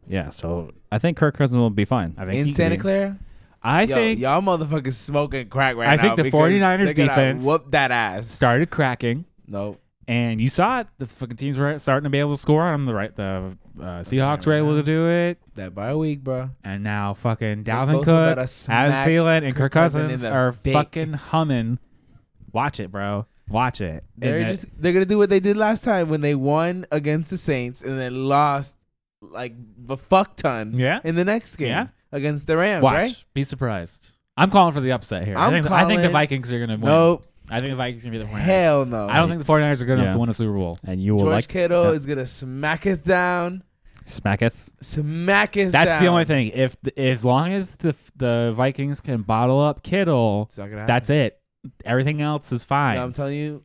C: yeah, so I think Kirk Cousins will be fine.
A: I think
B: In
A: he-
B: Santa Clara?
A: I
B: Yo,
A: think
B: y'all motherfuckers smoking crack right
A: I
B: now.
A: think the
B: because
A: 49ers
B: they're gonna
A: defense-
B: Whoop that ass.
A: started cracking,
B: Nope.
A: and you saw it. The fucking teams were starting to be able to score on them. The right, the uh, Seahawks were
C: right
A: able
C: now.
A: to do it,
B: That by a week, bro.
A: and now fucking
B: both
A: Dalvin
B: about
A: Cook,
B: to
A: Adam
B: smack
A: Thielen, and
B: Kirk
A: Kirk
B: Cousins in
A: Cousins
B: the
A: are
B: dick.
A: fucking humming. Watch it, bro. Watch it. And
B: They're
A: that-
B: just they're gonna do what they did last time when they won against the Saints and then lost like the fuck ton
A: yeah.
B: in the next game
A: Yeah.
B: against the Rams,
A: Watch.
B: right?
A: Be surprised. I'm calling for the upset here. i
B: I'm
A: think, I think the
B: calling-
A: Vikings are going to win.
B: Nope.
A: I think the Vikings are going to be the 49ers.
B: Hell no.
A: I don't think the 49ers are good enough
C: Yeah.
A: to win a Super Bowl.
C: and you will
B: George
C: like
B: Kittle
C: Yeah.
B: is gonna smack it down.
C: smacketh.
B: Smack it
A: That's
B: down.
A: the only thing. If th- as long as the the Vikings can bottle up Kittle,
B: It's not gonna happen.
A: that's it. Everything else is fine.
B: No, I'm telling you,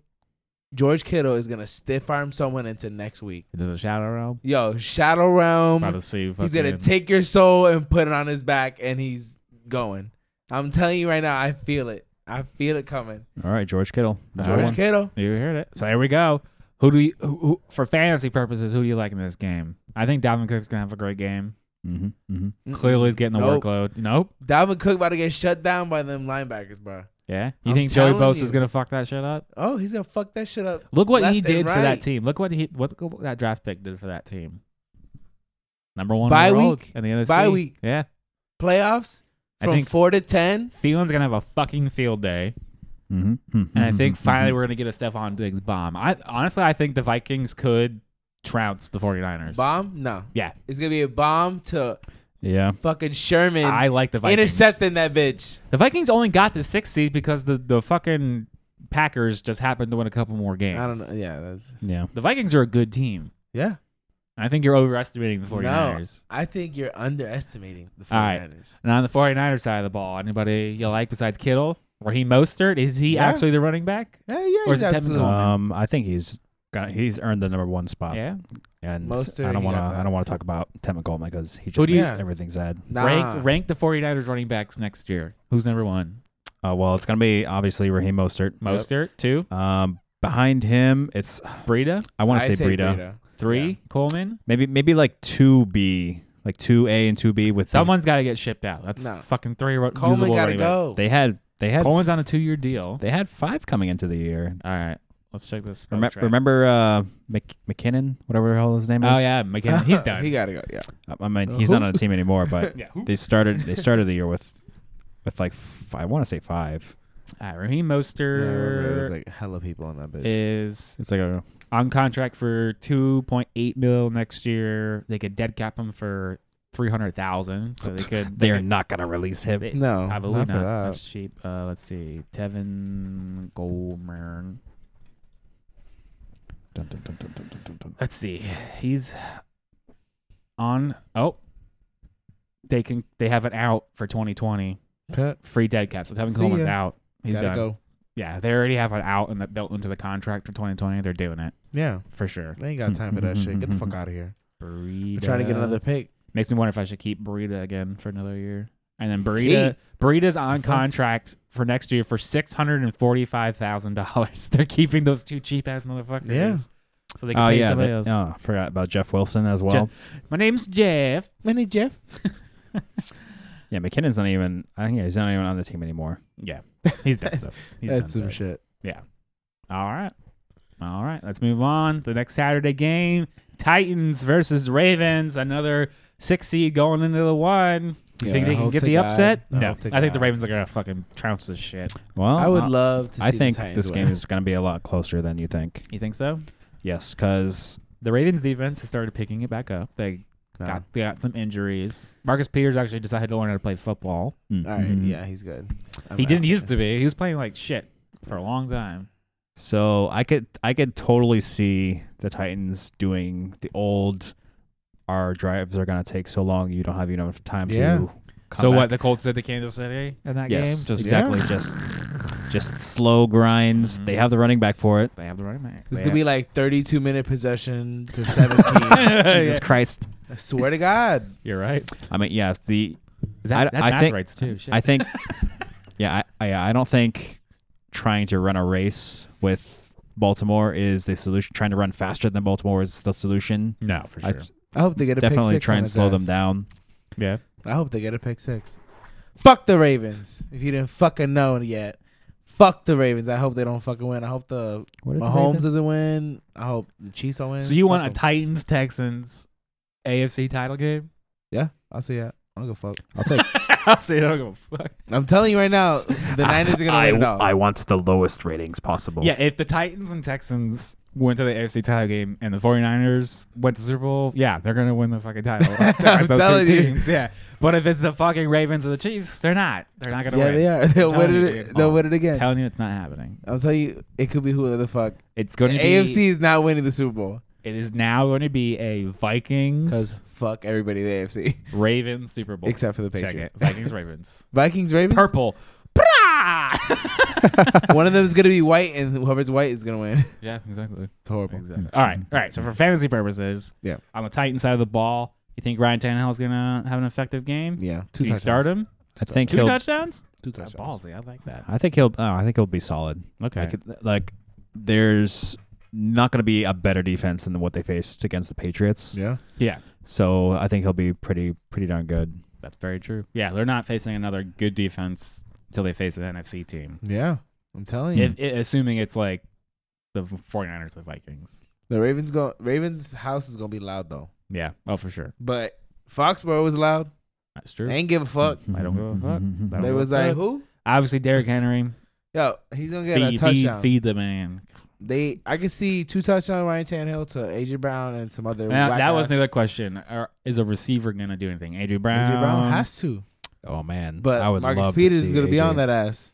B: George Kittle is gonna stiff arm someone into next week.
A: Into the shadow realm.
B: Yo, Shadow Realm.
A: About to see.
B: He's gonna
A: fucking-
B: take your soul and put it on his back, and he's going. I'm telling you right now, I feel it. I feel it coming.
C: All right, George Kittle. That's
A: All
C: our
A: right.
B: George
C: one.
B: Kittle.
A: You heard it. So here we go. Who do you who, who, for fantasy purposes? Who do you like in this game? I think Dalvin Cook's gonna have a great game.
C: Mhm, mhm.
B: Mm-mm.
A: Clearly, he's getting the
B: Nope.
A: workload. Nope.
B: Dalvin Cook about to get shut down by them linebackers, bro.
A: Yeah. You
B: I'm
A: think Joey
B: telling
A: Bosa's
B: you.
A: gonna fuck that shit up?
B: Oh, he's gonna fuck that shit up.
A: Look what
B: Left
A: he
B: and
A: did for that
B: right.
A: team. Look what he what, what that draft pick did for that team. Number one
B: Bye
A: overall
B: week.
A: in the NFC.
B: Bye week.
A: Yeah,
B: Playoffs
A: I
B: from
A: think-
B: four to ten.
A: Thielen's gonna have a fucking field day,
C: Mhm, mhm,
A: and I
C: mhm,
A: think
B: Mm-hmm.
C: mhm,
A: finally
C: mhm.
A: we're gonna get a Stephon Diggs bomb. I honestly, I think the Vikings could trounce the 49ers.
B: Bomb? No.
A: Yeah.
B: It's gonna be a bomb to
C: Mm-hmm. Yeah.
B: fucking Sherman
A: I like the Vikings.
B: intercepting that bitch.
A: The Vikings only got the sixth seed because the the fucking Packers just happened to win a couple more games.
B: I don't know. Yeah. That's,
C: Yeah.
A: The Vikings are a good team.
B: yeah.
A: And I think you're overestimating the 49ers.
B: I think you're underestimating the 49ers.
A: All right. And on the 49ers side of the ball, anybody you like besides Kittle? Raheem Mostert? Is he
B: Yeah.
A: actually the running back?
B: Yeah, yeah.
A: Or is
B: he's
A: it Tevin
B: absolutely-
A: Coleman?
C: Um, I think he's got he's earned the number one spot.
A: Yeah.
C: And
B: Mostert,
C: I don't
B: he
C: want to.
B: got that.
C: I don't want to talk about Tevin Coleman because he
A: uh, Who
C: just
A: do you-
C: makes everything sad.
B: Nah.
A: Rank rank the 49ers running backs next year. Who's number one?
C: Uh, well, it's gonna be obviously Raheem Mostert.
A: Mostert, two.
C: Um, behind him, it's
A: Breida,
C: I want
B: I
C: to say, Breida.
A: three.
B: Yeah.
A: Coleman.
C: Maybe maybe like two B, like two A and two B with the-
A: Someone's got to get shipped out. That's
B: No.
A: fucking three. Ro-
B: Coleman
A: usable
B: gotta
A: running back.
B: go.
C: They had they had
A: Coleman's on a two year deal.
C: they had five coming into the year.
A: All right. Let's check this.
C: Remem-
A: track.
C: remember uh, Mc- McKinnon, whatever the hell his name is.
A: Oh, yeah. McKinnon. He's done.
B: he gotta go. Yeah.
C: I- I mean,
B: Uh,
C: he's
B: who?
C: not on the team anymore, but
A: yeah. Who?
C: they started they started the year with with like f- I want to say five.
A: All right. Raheem
B: Yeah, I remember
A: Mostert
B: there's like hella people on that bitch.
A: is
C: It's like a
A: on contract for 2.8 mil next year. They could dead cap him for 300,000. So they could.
C: they're
A: could-
C: not gonna release him.
A: they-
B: no,
A: I
B: not
A: believe
B: for
A: not.
B: that.
A: That's cheap. Uh, let's see. Tevin Goldman.
C: Dun, dun, dun, dun, dun, dun, dun, dun.
A: Let's see. He's on. Oh, they can. They have an out for 2020.
B: Pep,
A: Free dead cap. So Tevin
B: See
A: Coleman's
B: ya.
A: out. He's
B: gotta
A: done.
B: go.
A: Yeah, they already have an out and that built into the contract for 2020. They're doing it
B: Yeah,
A: for sure.
B: they ain't got time for that shit. Get the fuck out of here.
A: Burrito.
B: We're trying to get another pick.
A: Makes me wonder if I should keep Burrito again for another year. And then Burrito Burrito's on
B: The fuck?
A: contract for next year for six hundred and forty five thousand dollars. They're keeping those two cheap ass motherfuckers.
B: Yeah.
A: So they can
C: Oh
A: pay
C: yeah,
A: somebody
C: they-
A: else.
C: oh, forgot about Jeff Wilson as well.
A: My name's Jeff.
B: Many Jeff.
C: Yeah, McKinnon's not even. I think he's not even on the team anymore.
A: Yeah, he's done. so. He's
B: That's some
A: done so.
B: shit.
A: All right, all right. Let's move on. The next Saturday game: Titans versus Ravens. Another six seed going into the one. You
B: Yeah,
A: think they
B: I
A: can
B: hope
A: get
B: to
A: the
B: God.
A: upset?
B: I
A: no,
B: hope to
A: I think the
B: God.
A: Ravens are gonna fucking trounce this shit.
C: Well,
B: I would
C: I-
B: love to.
C: I
B: see
C: think
B: the Titans
C: this
B: win.
C: game is going to be a lot closer than you think.
A: You think so?
C: Yes, because
A: The Ravens defense has started picking it back up. They got they got some injuries. Marcus Peters actually decided to learn how to play football.
C: mm,
B: All right, yeah, he's good. I'm
A: he
B: out.
A: didn't used to be. He was playing like shit for a long time.
C: So I could I could totally see the Titans doing the old. Our drives are going to take so long. You don't have enough time
B: Yeah.
C: to. come
A: so
C: back.
A: what the Colts did to Kansas City in that
C: Yes,
A: game? Just
C: exactly.
B: Yeah.
C: Just just slow grinds.
A: Mm-hmm.
C: They have the running back for it.
A: they have the running back.
B: This
A: They
B: could be
A: have-
B: like 32 minute possession to 17.
C: Jesus Christ!
B: I swear to God.
A: You're right.
C: I mean, yeah, the
A: That,
C: I-
A: that
C: I
A: math
C: think-
A: rights too. Shit.
C: I think, yeah, I, I I don't think trying to run a race with Baltimore is the solution. Trying to run faster than Baltimore is the solution.
A: no, for
C: I
A: sure.
B: I hope they get a pick
C: definitely
B: six
C: try
B: on
C: and
B: his
C: slow them
B: ass.
C: down.
A: yeah.
B: I hope they get a pick six. Fuck the Ravens. If you didn't fucking know it yet, fuck the Ravens. I hope they don't fucking win. I hope the
C: What
B: Mahomes doesn't win. I hope the Chiefs don't win.
A: So you
B: Fuck
A: want a
B: 'em.
A: Titans Texans AFC title game?
B: yeah, I'll see that. I don't give a fuck.
C: I'll take.
A: I'll say I don't give a fuck.
B: I'm telling you right now, the Niners are gonna
D: I,
B: win it all.
D: I want the lowest ratings possible.
A: Yeah, if the Titans and Texans went to the AFC title game and the 49ers went to Super Bowl, yeah, they're going to win the fucking title.
B: I'm
A: Those two
B: telling you.
A: teams, yeah. But if it's the fucking Ravens or the Chiefs, they're not. They're not going to
B: yeah,
A: win.
B: they are. They'll
A: telling
B: win
A: you,
B: it.
A: dude.
B: They'll
A: Oh.
B: win it again.
A: Telling you it's not happening.
B: I'll tell you, it could be whoever the fuck.
A: It's going to be
B: AFC is not winning the Super Bowl
A: It is now going to be a Vikings
B: because fuck everybody in the AFC
A: Ravens Super Bowl.
B: except for the
A: Check it.
B: Patriots.
A: Vikings Ravens.
B: Vikings Ravens.
A: Purple.
B: One of them is gonna be white, and whoever's white is gonna win.
A: yeah, exactly.
B: It's horrible.
A: All right, all right. So for fantasy purposes,
B: Yeah.
A: on the Titan side of the ball, you think Ryan Tannehill is gonna have an effective game?
B: Yeah, two
A: Do you start him?
C: I think
A: Two
C: he'll.
A: touchdowns?
B: Two
A: That's ballsy. I like that.
C: I think he'll. Oh, I think he'll be solid.
A: Okay.
C: Like, it- like there's not going to be a better defense than what they faced against the Patriots.
B: Yeah,
A: yeah,
C: So I think he'll be pretty pretty darn good.
A: that's very true. Yeah, they're not facing another good defense until they face an NFC team.
B: yeah. I'm telling you,
A: If, i- assuming it's like the 49ers, the Vikings.
B: the Ravens go. Ravens house is gonna be loud though,
A: Yeah. Oh, for sure.
B: but Foxborough was loud.
A: That's true.
B: They Ain't give a fuck.
A: Mm-hmm. I don't give a fuck. I don't
B: They
A: give a
B: was like,
A: fuck.
B: who?
A: obviously Derrick Henry.
B: Yo, he's gonna get a
A: Feed, feed,
B: touchdown.
A: feed the man.
B: They, I could see two touchdowns Ryan Tannehill to AJ Brown and some other.
A: Now,
B: whack
A: that was
B: ass.
A: the other question. Are, is a receiver gonna do anything? AJ Brown.
B: AJ Brown has to,
C: Oh man,
B: but
C: I would
B: Marcus
C: love
B: Peters
C: to
B: is
C: see
B: gonna be
C: AJ.
B: on that ass.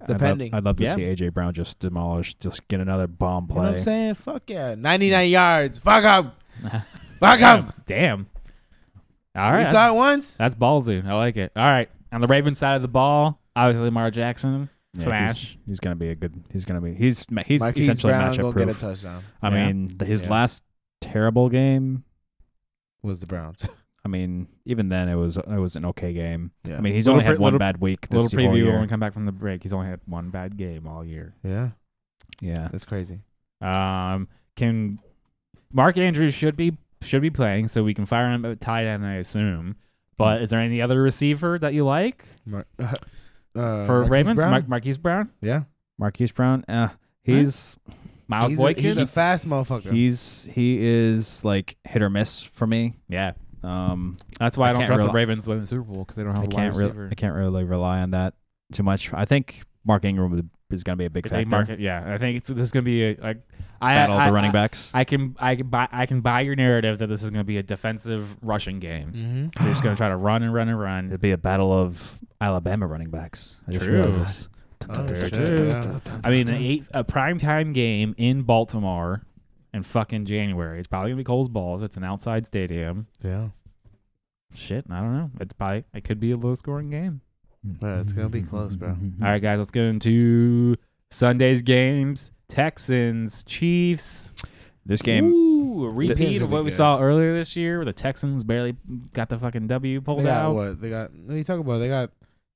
C: I'd love-
B: depending.
C: I'd love, to
A: Yeah.
C: see AJ Brown just demolish, just get another bomb
B: You know what
C: play.
B: I'm saying? Fuck yeah, 99 yards. Fuck him. Fuck him.
A: Damn. Damn. All right. Uh,
B: We saw it once.
A: That's ballsy. I like it. All right. On the Ravens side of the ball, obviously Lamar Jackson.
C: Yeah,
A: Smash.
C: He's, he's gonna be a good. He's gonna be. He's ma- he's
B: Marquise
C: essentially
B: Brown
C: matchup
B: gonna
C: proof.
B: get a touchdown.
C: I
A: Yeah.
C: mean, the, his
B: Yeah.
C: last terrible game.
B: Was the Browns?
C: I mean, even then it was it was an okay game.
B: Yeah.
C: I mean, he's
A: Little
C: only had
A: pre-
C: one
A: little-
C: bad week this
A: Little
C: whole
A: preview
C: year.
A: when we come back from the break. He's only had one bad game all year.
B: yeah,
C: Yeah,
B: that's crazy.
A: Um, can Mark Andrews should be should be playing, so we can fire him at tight end, I assume. But is there any other receiver that you like
B: Mar- uh, uh,
A: for
B: Marquise
A: Ravens?
B: Brown?
A: Mar- Marquise Brown,
B: yeah,
C: Marquise Brown. Uh, he's
A: Miles
B: he's, a,
A: Boykin.
B: he's a fast motherfucker.
C: he's he is like hit or miss for me.
A: yeah,
C: Um,
A: that's why I,
C: I
A: don't
C: can't
A: trust the
C: rely-
A: Ravens winning the Super Bowl because they don't have
C: I
A: a wide
C: can't
A: receiver.
C: really I can't really rely on that too much. I think Mark Ingram would- is gonna be a big
A: I
C: factor.
A: think Mark, yeah, I think it's, this is gonna be a, like
C: It's battle of
A: I,
C: the running
A: I,
C: backs.
A: I can I can buy I can buy your narrative that this is going to be a defensive rushing game.
B: mm-hmm.
A: They're just going to try to run and run and run.
C: It'd be a battle of Alabama running backs. I just
A: True.
C: realized this.
B: Oh,
A: I mean, an eight, a primetime game in Baltimore in fucking January. It's probably going to be Coles Balls. It's an outside stadium.
B: Yeah,
A: Shit, I don't know. It's probably it could be a low scoring game.
B: Yeah, it's gonna be close, bro.
A: All right, guys, let's get into Sunday's games. Texans, Chiefs.
C: This game,
A: Ooh, a
B: game's
A: repeat
B: gonna
A: of
B: be
A: what we
B: good.
A: saw earlier this year, where the Texans barely got the fucking W
B: they
A: pulled
B: got
A: out.
B: what? They got. What are you talking about? They got.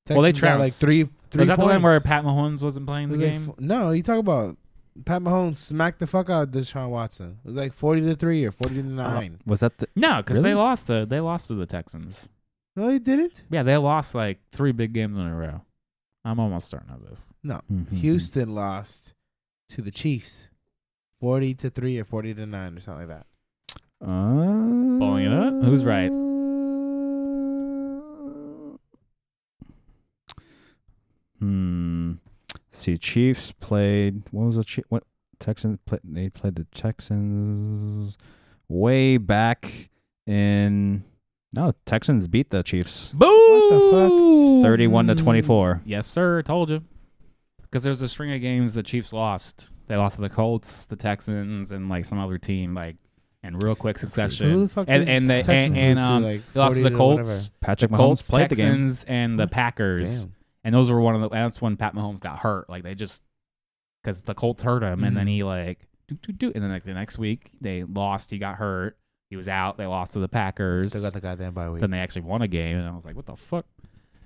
B: Texans
A: Well, they
B: got like
A: trounced.
B: three. Three
A: Was that the one
B: points.
A: where Pat Mahomes wasn't playing
B: It
A: the
B: was like
A: game?
B: fo- no, you talk about Pat Mahomes smacked the fuck out of Deshaun Watson. It was like forty to three or
A: Uh,
B: forty to nine.
C: was that the
A: No, because they
C: Really?
A: lost to they lost to the Texans.
B: no, he didn't.
A: Yeah, they lost like three big games in a row. I'm almost certain of this. Mm-hmm.
C: Mm-hmm.
B: Houston lost to the Chiefs, forty to three or forty to nine or something like that.
C: Uh,
A: Pulling it up? Who's right?
C: Hmm. See, Chiefs played. What was the Chief, what Texans played? They played the Texans way back in. No, Texans beat the Chiefs,
A: Boo!
B: What
C: thirty-one to twenty-four.
A: Yes, sir. Told you. Because there's a string of games the Chiefs lost. They lost to the Colts, the Texans, and like some other team, like in real quick
B: Who the
A: succession.
B: fuck
A: And
B: did
A: and they
B: Texans
A: and, and
B: lose to,
A: um,
B: like,
A: they lost to
B: 40
A: the
B: whatever?
A: Colts,
C: Patrick Mahomes
A: Colts,
C: played the game.
A: Texans, and the Packers.
B: Damn.
A: And those were one of the. and That's when Pat Mahomes got hurt. Like they just because the Colts hurt him, and then
B: Mhm.
C: Mm-hmm.
A: he like do do do, and then like the next week they lost. He got hurt. He was out. They lost to the Packers.
B: Still got the goddamn bye week.
A: then they actually won a game, and I was like, what the fuck?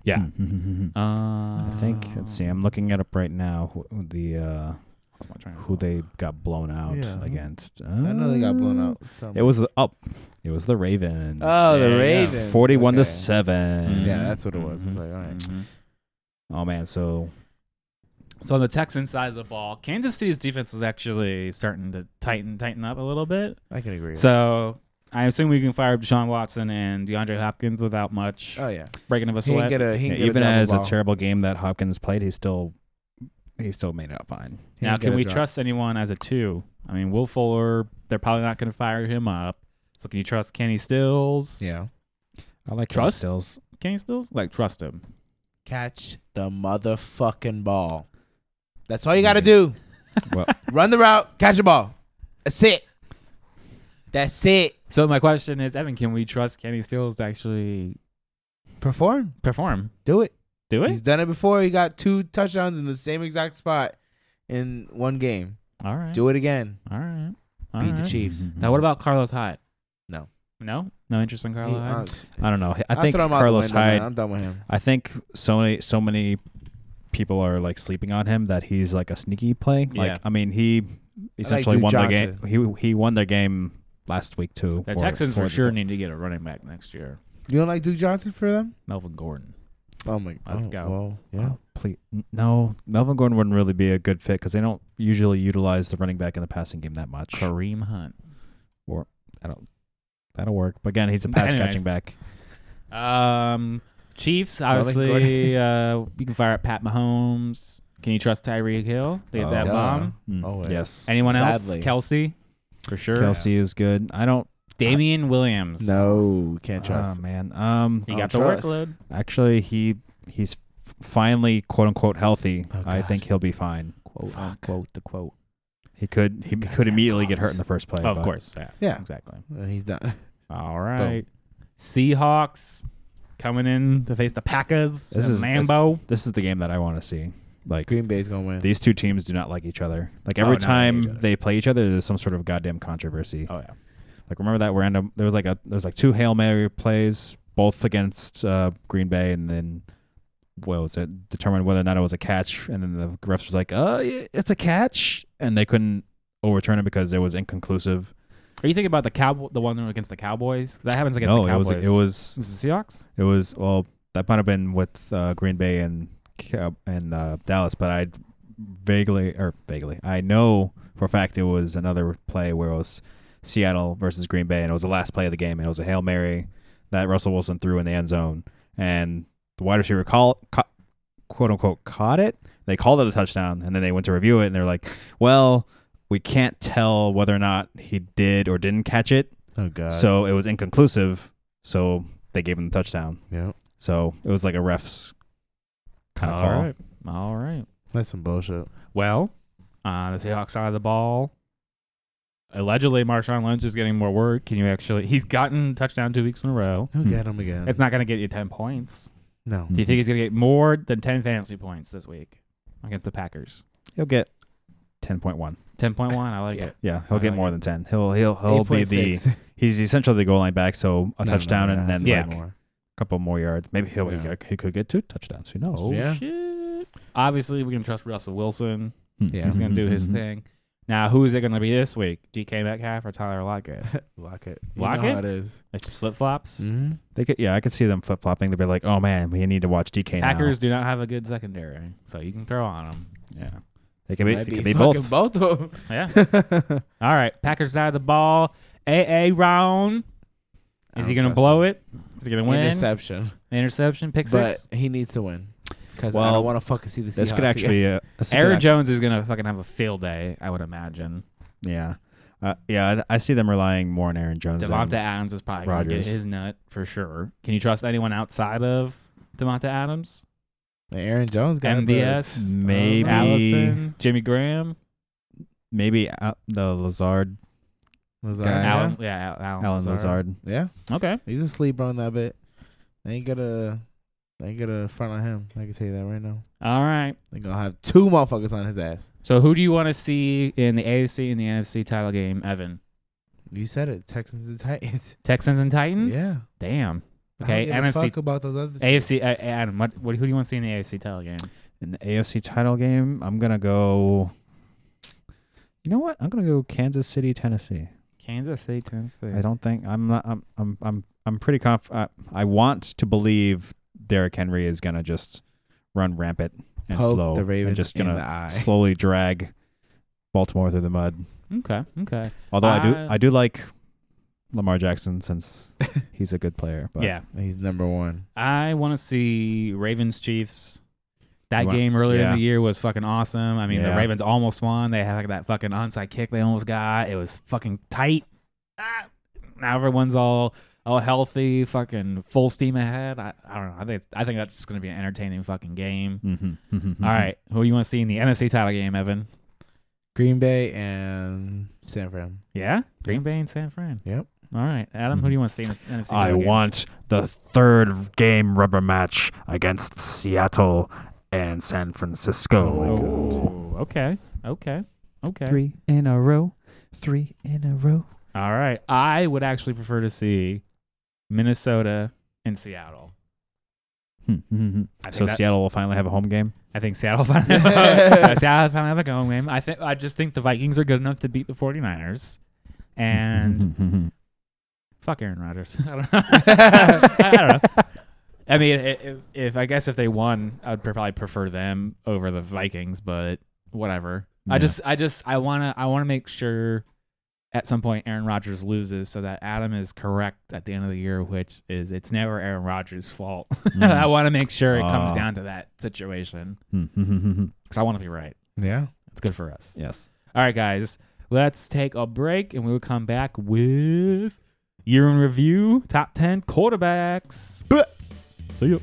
A: Yeah.
C: Mhm.
A: Uh,
C: I think. Let's see. I'm looking it up right now. Who, the uh,
A: That's my train of
C: who
A: thought.
C: they got blown out
B: Yeah.
C: against?
B: I know they got blown
C: Uh,
B: out. so-
C: It was the up. It was the Ravens.
B: oh, the
A: Yeah, yeah.
B: Ravens.
C: Forty-one to
B: Okay. Mm.
C: seven.
B: Yeah, that's what it was. I was
A: Mhm.
B: like, all right.
A: Mhm.
C: Oh man, so
A: So on the Texans side of the ball, Kansas City's defense is actually starting to tighten tighten up a little bit.
B: I can agree. with
A: So I assume we can fire up Deshaun Watson and DeAndre Hopkins without much
B: that. oh yeah,
A: breaking of a
B: he can
A: sweat.
B: get a he
C: yeah,
B: can get
C: even
B: a drop
C: as
B: the
C: a
B: ball.
C: terrible game that Hopkins played, he still he still made it out fine.
B: He
A: now,
B: get
A: can
B: a
A: we
B: drop.
A: trust anyone as a two? I mean, Will Fuller, they're probably not going to fire him up. So can you trust Kenny Stills?
B: Yeah,
C: I like
A: Trust?
C: Stills.
A: Kenny Stills? Like trust him.
B: catch the motherfucking ball. That's all you got to do.
C: Well-
B: Run the route, catch the ball. That's it. That's it.
A: So my question is, Evan, can we trust Kenny Stills to actually
B: Perform.
A: perform?
B: Do it.
A: Do
B: He's
A: it?
B: done it before. He got two touchdowns in the same exact spot in one game.
A: All right.
B: Do it again.
A: All right. All
B: Beat the
A: right.
B: Chiefs.
C: Mm-hmm.
A: Now, what about Carlos Hyde?
B: No.
A: No? No interest in Carlos
B: He- uh,
A: Hyde?
C: I don't know. I
B: I'll
C: think
B: throw him out the
C: Carlos
B: window, man.
C: Hyde.
B: I'm done with him.
C: I think so many so many people are like sleeping on him that he's like a sneaky play. Like
A: Yeah.
C: I mean, he essentially
B: Duke
C: won
B: Johnson.
C: their game. He he won their game last week too.
A: the
C: for-
A: Texans for
C: the-
A: sure need to get a running back next year.
B: You don't like Duke Johnson for them?
A: Melvin Gordon.
B: Oh my.
A: Let's
B: oh,
A: go.
B: Well, yeah.
C: Oh, please. No, Melvin Gordon wouldn't really be a good fit because they don't usually utilize the running back in the passing game that much.
A: Kareem Hunt.
C: That'll work. But again, he's a pass
A: Anyways.
C: catching back.
A: Um, Chiefs,
B: Melvin
A: obviously, uh, you can fire up Pat Mahomes. Can you trust Tyreek Hill? They have
C: Oh.
A: that
B: Duh.
A: bomb.
C: Mm,
B: Always.
C: Yes.
A: Anyone
B: Sadly.
A: else? Kelsey? For sure.
C: Kelsey is good. I don't.
A: Damian Williams.
B: No, can't
C: Oh
B: trust.
C: man. Um.
A: He
B: I
A: got the
B: don't trust.
A: workload.
C: Actually, he he's f- finally quote unquote healthy.
B: Oh,
C: I
B: God.
C: think he'll be fine.
A: Quote,
B: Fuck.
A: unquote, the quote.
C: He could he could immediately get hurt in the first play.
A: of
C: but-
A: course. Yeah,
B: Yeah.
A: Exactly.
B: Uh, He's done.
A: All right. Seahawks coming in to face the Packers.
C: This
A: in
C: is- this-
A: Lambeau.
C: This is the game that I want to see. Like
B: Green Bay's gonna win.
C: these two teams do not like each other. Like
A: Oh,
C: every
A: no, they hate each
C: time
A: other.
C: they play each other, there's some sort of goddamn controversy.
A: Oh yeah.
C: Like remember that random there was like a there was like two Hail Mary plays, both against uh, Green Bay and then what was it? Determined whether or not it was a catch and then the refs was like, Uh yeah, it's a catch and they couldn't overturn it because it was inconclusive.
A: Are you thinking about the cow the one against the Cowboys? That happens against
C: no,
A: the
C: it
A: Cowboys.
C: was it was
A: Was it Seahawks.
C: it was well that might have been with uh, Green Bay and Cow- and uh, Dallas, but I vaguely or vaguely I know for a fact it was another play where it was Seattle versus Green Bay and it was the last play of the game and it was a hail mary that Russell Wilson threw in the end zone and the wide receiver call ca- quote unquote caught it. They called it a touchdown and then they went to review it and they're like, well. We can't tell whether or not he did or didn't catch it,
B: Oh god.
C: so it was inconclusive. So they gave him the touchdown.
B: yeah,
C: So it was like a ref's kind of
A: All
C: call.
A: right. All right.
B: that's some bullshit.
A: Well, uh, the Seahawks side of the ball. Allegedly, Marshawn Lynch is getting more work. Can you actually? He's gotten touchdown two weeks in a row.
B: He'll
C: Hmm.
B: get him again.
A: It's not going to get you ten points.
B: no.
C: Mm-hmm.
A: Do you think he's going to get more than ten fantasy points this week against the Packers?
C: he'll get ten point one?
A: Ten point one. I like it.
C: Yeah, he'll
A: I
C: get
A: like
C: more
A: it.
C: than ten. He'll he'll he'll be the
B: 8.6.
C: he's essentially the goal line back. So a
B: No, no,
C: touchdown
B: no,
C: and
B: that's
C: then
A: yeah.
C: like
B: way more.
C: a couple more yards. Maybe he'll he
B: Yeah.
C: could- he could get two touchdowns. Who knows?
A: Oh
B: Yeah.
A: shit! Obviously, we can trust Russell Wilson.
C: Hmm.
B: Yeah.
A: He's gonna do his
C: Mhm.
A: thing. Now, who is it gonna be this week? DK Metcalf or Tyler Lockett?
B: Lock it.
A: Lock
B: you know
A: it?
B: How it is.
A: It's just flip flops.
B: Mm-hmm.
C: They could yeah, I could see them flip flopping. They'd be like, oh man, we need to watch DK now.
A: Packers do not have a good secondary, so you can throw on them.
C: Yeah, they could be,
B: Might
C: it could
B: be
C: be
B: fucking
C: both.
B: both of them.
A: Yeah. All right. Packers side of the ball. AA round.
B: I
A: Is
B: don't
A: he gonna
B: trust
A: blow it? Is he gonna win?
B: Interception.
A: Interception. Pick
B: But
A: six.
B: he needs to win. because I
C: Well,
B: don't want to fucking see the Seahawks.
C: This could
B: again.
C: actually uh, this could
A: Aaron
C: act-
A: Jones is gonna fucking have a field day, I would imagine.
C: Yeah, uh, yeah. I, I see them relying more on Aaron Jones. than-
A: Devonta Adams is probably gonna get
C: Rodgers.
A: his nut for sure. Can you trust anyone outside of Devonta Adams?
B: Aaron Jones got
A: MVS,
C: Maybe
A: Allison, Jimmy Graham,
C: maybe Al- the Lazard,
B: Lazard.
C: Guy.
B: Yeah.
A: Alan, yeah, Al- Alan,
C: Alan Lazard.
B: yeah,
A: Okay,
B: he's a sleeper on that bit. They ain't gonna, they ain't gonna front on him. I can tell you that right now.
A: all right.
B: They gonna have two motherfuckers on his ass.
A: So who do you want to see in the AFC and the NFC title game, Evan?
B: You said it, Texans and Titans.
A: Texans and Titans.
B: Yeah.
A: Damn.
B: I
A: Okay,
B: don't give a
A: NFC
B: fuck about those other.
A: AFC. Uh, Adam, what, what? Who do you want to see in the AFC title game?
C: In the AFC title game, I'm gonna go. You know what? I'm gonna go Kansas City, Tennessee.
A: Kansas City, Tennessee.
C: I don't think I'm not. I'm. I'm. I'm. I'm pretty conf. I, I want to believe Derrick Henry is gonna just run rampant and
B: poke
C: slow.
B: the
C: and
B: Ravens
C: just
B: in
C: gonna
B: the eye.
C: slowly drag Baltimore through the mud.
A: Okay. Okay.
C: Although I do.
A: I-
C: I do like Lamar Jackson since he's a good player. But
A: yeah.
B: He's number one.
A: I want to see Ravens Chiefs. That
C: You want-
A: game earlier in
C: yeah.
A: the year was fucking awesome. I mean, the
C: Yeah.
A: Ravens almost won. They had that fucking onside kick they almost got. It was fucking tight. Ah, now everyone's all all healthy, fucking full steam ahead. I, I don't know. I think I think that's just gonna be an entertaining fucking game.
C: Mm-hmm.
A: All right, who you want to see in the NFC title game, Evan?
B: Green Bay and San Fran.
A: Yeah, Green Bay and San Fran.
B: Yep.
A: All right, Adam, who do you want to see in the NFC?
D: I
A: title game?
D: want the third game rubber match against Seattle and San Francisco.
A: Oh, okay, okay, okay.
C: Three in a row. Three in a row.
A: All right. I would actually prefer to see Minnesota and Seattle. I think
C: so
A: that-
C: Seattle will finally have a home game.
A: I think Seattle finally, Yeah, Seattle finally have a home game. I think I just think the Vikings are good enough to beat the 49ers.
C: Mm-hmm.
A: And fuck Aaron Rodgers. I don't know. I don't know. I mean, i- if, if I guess if they won, I'd probably prefer them over the Vikings, but whatever. I
C: Yeah.
A: just, I just, I wanna, I wanna make sure at some point Aaron Rodgers loses so that Adam is correct at the end of the year, which is it's never Aaron Rodgers' fault.
C: Mm.
A: I want to make sure it comes
C: Ah.
A: down to that situation
C: Mhm.
A: because I want to be right.
B: yeah.
A: It's good for us.
C: yes.
A: All right, guys, let's take a break and we will come back with year in review, top ten quarterbacks.
B: Bleh.
A: See you.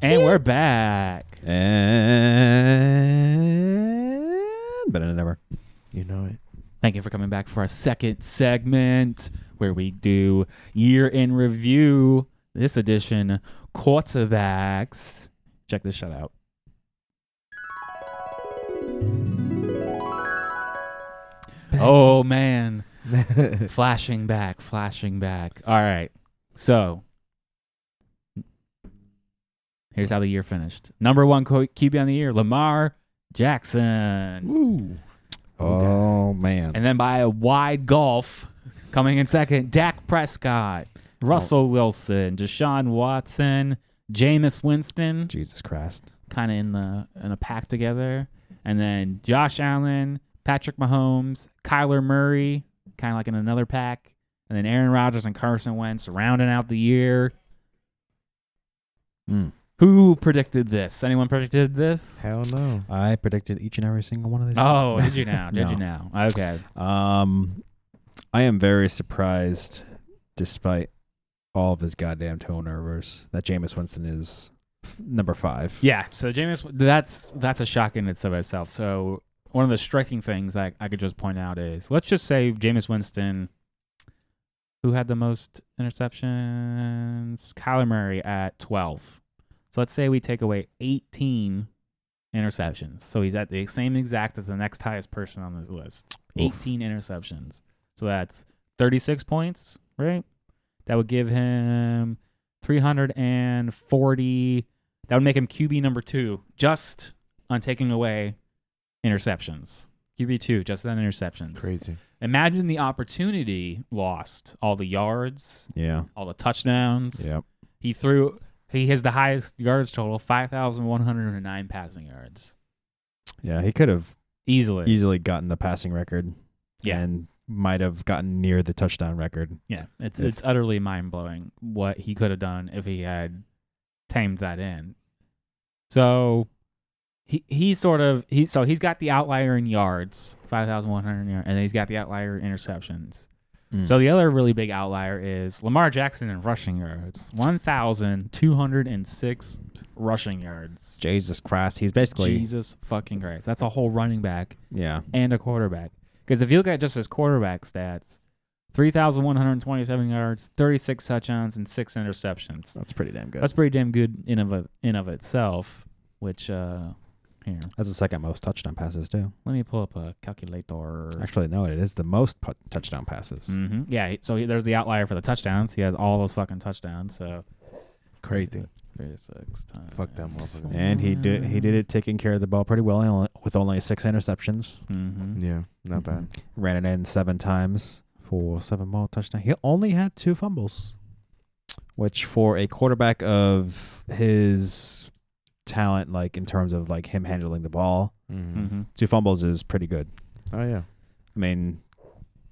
A: And we're back.
C: And better than ever.
B: You know it.
A: Thank you for coming back for our second segment where we do year in review. This edition, quarterbacks. Check this shut out. Oh man, flashing back, flashing back. All right, so here's how the year finished. Number one co- QB on the year, Lamar Jackson.
B: Ooh.
C: Oh man.
A: And then by a wide golf, coming in second, Dak Prescott, Russell Wilson, Deshaun Watson, Jameis Winston,
C: Jesus Christ.
A: kind of in the in a pack together, and then Josh Allen, Patrick Mahomes, Kyler Murray, kind of like in another pack, and then Aaron Rodgers and Carson Wentz rounding out the year.
C: Mm.
A: Who predicted this? Anyone predicted this?
B: Hell no.
C: I predicted each and every single one of these.
A: Oh, did you now? Did
C: No.
A: you now? Okay.
C: Um, I am very surprised, despite all of his goddamn turnovers, that Jameis Winston is f- number five.
A: Yeah. So Jameis, that's that's a shock in itself itself. So one of the striking things that I could just point out is let's just say Jameis Winston, who had the most interceptions, Kyler Murray at twelve. So let's say we take away eighteen interceptions. So he's at the same exact as the next highest person on this list.
C: Oof.
A: Eighteen interceptions. So that's thirty-six points, right? That would give him three hundred and forty that would make him QB number two just on taking away interceptions. QB two just on interceptions.
B: Crazy.
A: Imagine the opportunity lost. All the yards,
C: Yeah.
A: all the touchdowns.
C: Yep.
A: He threw. He has the highest yardage total, five thousand one hundred and nine passing yards.
C: Yeah. He could have
A: easily.
C: easily gotten the passing record.
A: Yeah.
C: And might have gotten near the touchdown record.
A: Yeah, it's
C: If-
A: it's utterly mind blowing what he could have done if he had tamed that in. So he he sort of he so he's got the outlier in yards, five thousand one hundred yards, and then he's got the outlier in interceptions.
C: Hmm. Mm.
A: So the other really big outlier is Lamar Jackson in rushing yards, one thousand two hundred and six rushing yards.
C: Jesus Christ, he's basically
A: Jesus fucking Christ, that's a whole running back
C: yeah.
A: and a quarterback. Because if you look at just his quarterback stats, 3,127 yards, 36 touchdowns, and six interceptions.
C: That's pretty damn good.
A: That's pretty damn good in of, in of itself, which, uh, here,
C: That's the second most touchdown passes too.
A: let me pull up a calculator.
C: Actually, no, it is the most pu- touchdown passes.
A: hmm Yeah, so he- there's the outlier for the touchdowns. He has all those fucking touchdowns, so
B: Crazy.
A: 36 times.
B: Fuck that motherfucker.
C: And he did he did it taking care of the ball pretty well and only- with only six interceptions.
A: hmm
B: Yeah, not bad.
C: Ran it in seven times for seven more touchdowns. He only had two fumbles, which for a quarterback of his talent, like in terms of like him handling the ball,
A: hmm
C: two fumbles is pretty good.
B: Mm-hmm. Oh yeah.
C: I mean,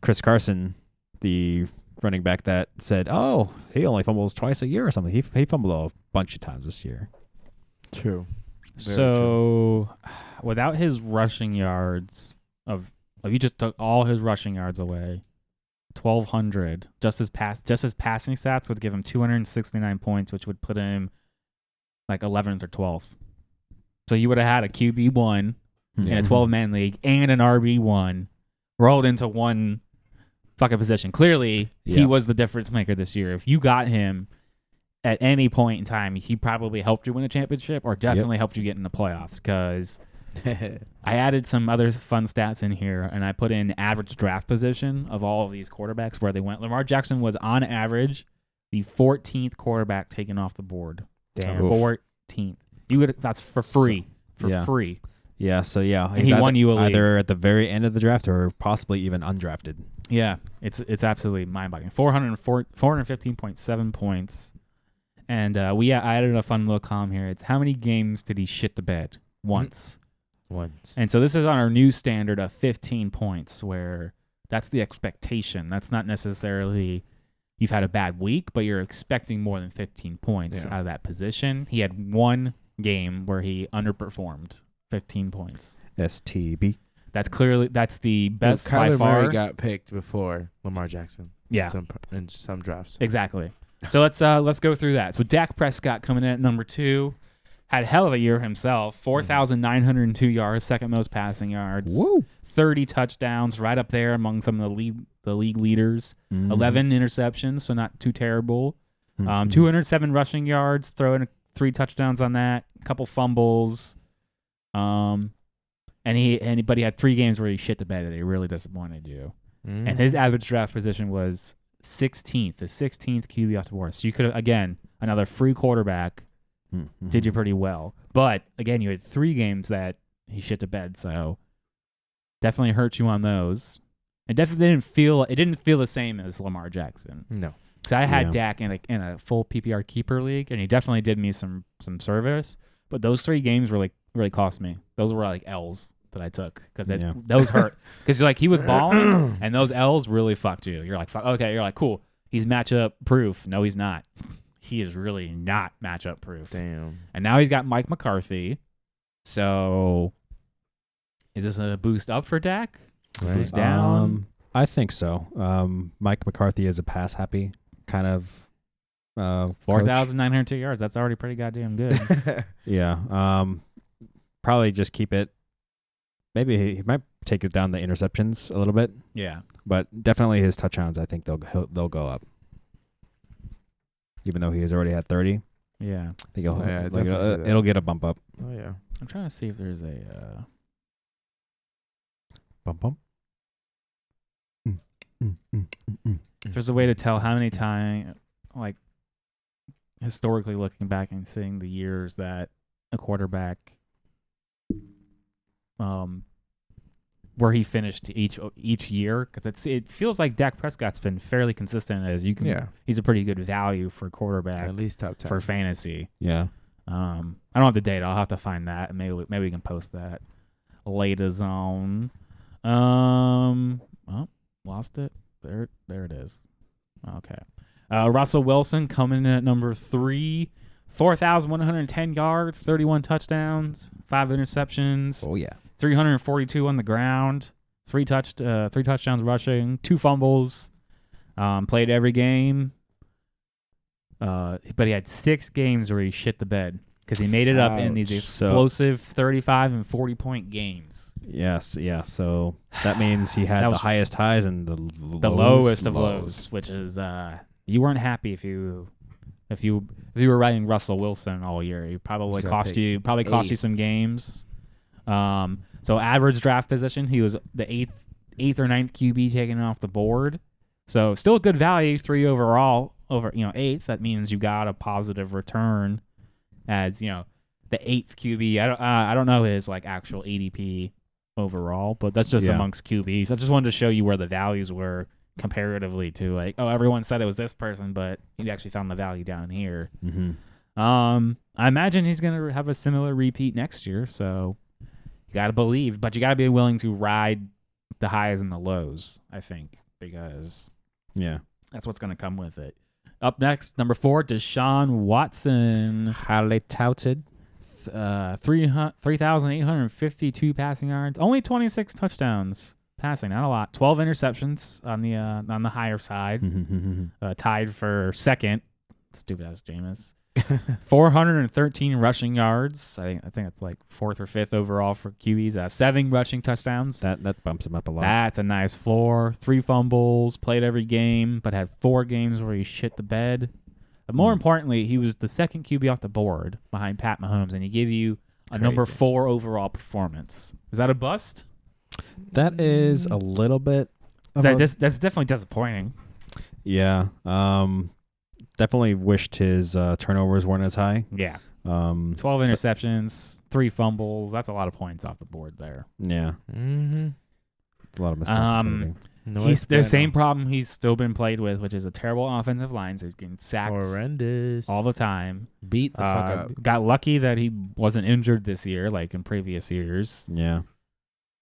C: Chris Carson, the running back that said, "Oh, he only fumbles twice a year or something." He he fumbled a bunch of times this year.
B: True. Very
A: So, without his rushing yards of, if you just took all his rushing yards away, twelve hundred. Just his pass, just his passing stats would give him two hundred and sixty nine points, which would put him like eleventh or twelfth. So you would have had a QB one in a twelve man league and an RB one rolled into one fucking position. Clearly,
C: Yeah.
A: he was the difference maker this year. If you got him at any point in time, he probably helped you win a championship or definitely helped you get in the playoffs because I added some other fun stats in here and I put in average draft position of all of these quarterbacks where they went. Lamar Jackson was on average the 14th quarterback taken off the board.
C: Damn. Oof.
A: 14th. You would that's for
C: So-
A: free. for
C: yeah.
A: free.
C: Yeah, so yeah,
A: he won you a league.
C: either at the very end of the draft or possibly even undrafted.
A: Yeah, it's it's absolutely mind boggling. 415.7 points. And uh, we I added a fun little column here. It's how many games did he shit the bed once?
B: Mm. Once.
A: And so this is on our new standard of 15 points, where that's the expectation. That's not necessarily you've had a bad week, but you're expecting more than 15 points
B: Yeah.
A: out of that position. He had one game where he underperformed 15 points.
C: STB.
A: That's clearly that's the best
B: Kyler
A: by far.
B: Murray got picked before Lamar Jackson.
A: yeah,
B: In some pr- in some drafts.
A: Exactly. So let's uh let's go through that. So Dak Prescott coming in at number two, had a hell of a year himself. Four thousand nine hundred and two yards, second most passing yards,
C: Woo.
A: thirty touchdowns, right up there among some of the league the league leaders.
C: Mm-hmm.
A: Eleven interceptions, so not too terrible.
C: Hmm.
A: Um, two hundred seven rushing yards, throwing three touchdowns on that, a couple fumbles. Um, and he and he- but he had three games where he shit the bed that he really disappointed you
B: Mm-hmm.
C: Mm-hmm.
A: and his average draft position was 16th, the 16th QB off the board. So you could have again another free quarterback
C: Hmm.
A: did
C: Mm-hmm.
A: you pretty well, but again you had three games that he shit to bed, so definitely hurt you on those. It definitely didn't feel it didn't feel the same as Lamar Jackson
B: no.
A: because I had
C: Yeah.
A: Dak in a in a full PPR keeper league, and he definitely did me some some service. But those three games really really cost me. Those were like L's that I took because
C: Yeah.
A: those hurt because you're like he was balling, and those L's really fucked you. You're like fuck okay, you're like cool. He's matchup proof. No, he's not. He is really not matchup proof.
B: Damn.
A: And now he's got Mike McCarthy. So is this a boost up for Dak? Who's down?
C: Um, I think so. Um, Mike McCarthy is a pass happy kind of uh, coach.
A: Four thousand nine hundred two yards. That's already pretty goddamn good.
C: Yeah. Um, probably just keep it. Maybe he, he might take it down the interceptions a little bit,
A: yeah.
C: but definitely his touchdowns. I think they'll he'll, they'll go up. Even though he has already had thirty,
A: Yeah.
C: I think he'll,
B: Yeah, I
C: like,
B: definitely
C: it'll-
B: see that.
C: it'll get a bump up.
B: oh yeah.
A: I'm trying to see if there's a. Uh,
C: Bump bump.
B: Mm,
A: if there's a way to tell how many time, like, historically looking back and seeing the years that a quarterback, um, where he finished each each year, because it's it feels like Dak Prescott's been fairly consistent as you can.
B: Yeah.
A: he's a pretty good value for quarterback
B: At least top ten.
A: for fantasy.
C: Yeah.
A: Um, I don't have the data. I'll have to find that. and Maybe we, maybe we can post that. Laters on. Um, oh, lost it. There, there it is. Okay. Uh, Russell Wilson coming in at number three, four thousand one hundred ten yards, thirty-one touchdowns, five interceptions.
B: Oh yeah.
A: 342 on the ground, three touched, uh, three touchdowns rushing, two fumbles. Um, played every game. Uh, but he had six games where he shit the bed because he made it up in these
C: Ouch. So-
A: explosive 35 and 40 point games.
C: Yes, yeah. So that means he had
A: That
C: the
A: was
C: highest highs and the l-
A: The
C: lowest,
A: lowest of lows, which is uh, you weren't happy if you if you if you were riding Russell Wilson all year. It probably
B: Should've
A: cost
B: picked
A: you probably cost you
B: eighth.
A: some games. Um, so average draft position, he was the eighth eighth or ninth QB taken off the board. So still good value, three overall over you know eighth. That means you got a positive return as you know the eighth QB. I don't uh, I don't know his like actual ADP overall, but that's just
C: Yeah.
A: amongst QBs. I just wanted to show you where the values were comparatively to like oh everyone said it was this person, but you actually found the value down here.
C: Mm-hmm.
A: Um, I imagine he's gonna have a similar repeat next year. So you gotta believe, but you gotta be willing to ride the highs and the lows. I think because
C: Yeah.
A: that's what's gonna come with it. Up next, number four, Deshaun Watson,
C: Highly touted.
A: Th- uh, three hun- 3,852 passing yards, only 26 touchdowns passing, not a lot. 12 interceptions on the uh, on the higher side uh, tied for second. Stupid ass Jameis. 413 rushing yards. I think I think that's like fourth or fifth overall for QBs. Uh, seven rushing touchdowns.
C: that that bumps him up a lot.
A: That's a nice floor. Three fumbles. Played every game, but had four games where he shit the bed. But more
C: Mm.
A: importantly, he was the second QB off the board behind Pat Mahomes, and he gave you a number
C: Crazy.
A: four overall performance. Is that a bust?
C: that is a little bit.
A: Is that, that's, that's definitely disappointing.
C: Yeah. Um. Definitely wished his uh, turnovers weren't as high.
A: Yeah.
C: Um.
A: 12 interceptions, three fumbles. That's a lot of points off the board there.
C: Yeah.
B: Mm-hmm.
C: A lot of missed
A: Um,
C: opportunity.
B: No, uh,
A: he's the same problem he's still been played with, which is a terrible offensive line. So he's getting sacked
B: Horrendous.
A: all the time.
B: beat the fuck
A: Uh,
B: up.
A: Got lucky that he wasn't injured this year, like in previous years.
C: Yeah.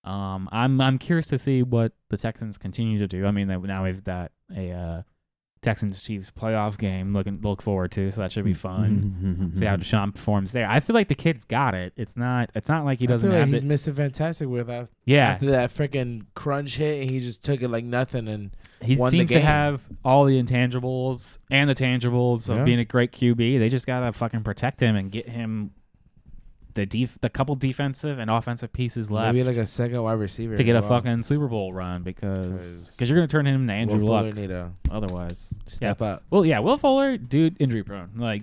A: Um, I'm I'm curious to see what the Texans continue to do. I mean, they- now we've got a uh, Texans Chiefs playoff game looking look forward to, so that should be
B: Mm-hmm.
A: fun. See how Deshaun performs there. I feel like the kid's got it. It's not. It's not like he doesn't
B: I feel
A: have
B: like
A: it.
B: he's Mr. Fantastic with af-
A: Yeah,
B: after that freaking crunch hit, and he just took it like nothing. And
A: he
B: won the
A: seems to
B: game.
A: have all the intangibles and the tangibles of
B: Yeah.
A: being a great QB. They just gotta fucking protect him and get him the def- the couple defensive and offensive pieces left
B: maybe like a second wide receiver
A: to get
B: as
A: a
B: well.
A: fucking Super Bowl run because
B: 'Cause
A: because you're gonna turn him into Andrew
B: Will Fuller
A: Luck
B: need to
A: otherwise.
B: step up.
A: Well, yeah, Will Fuller, dude, injury prone. Like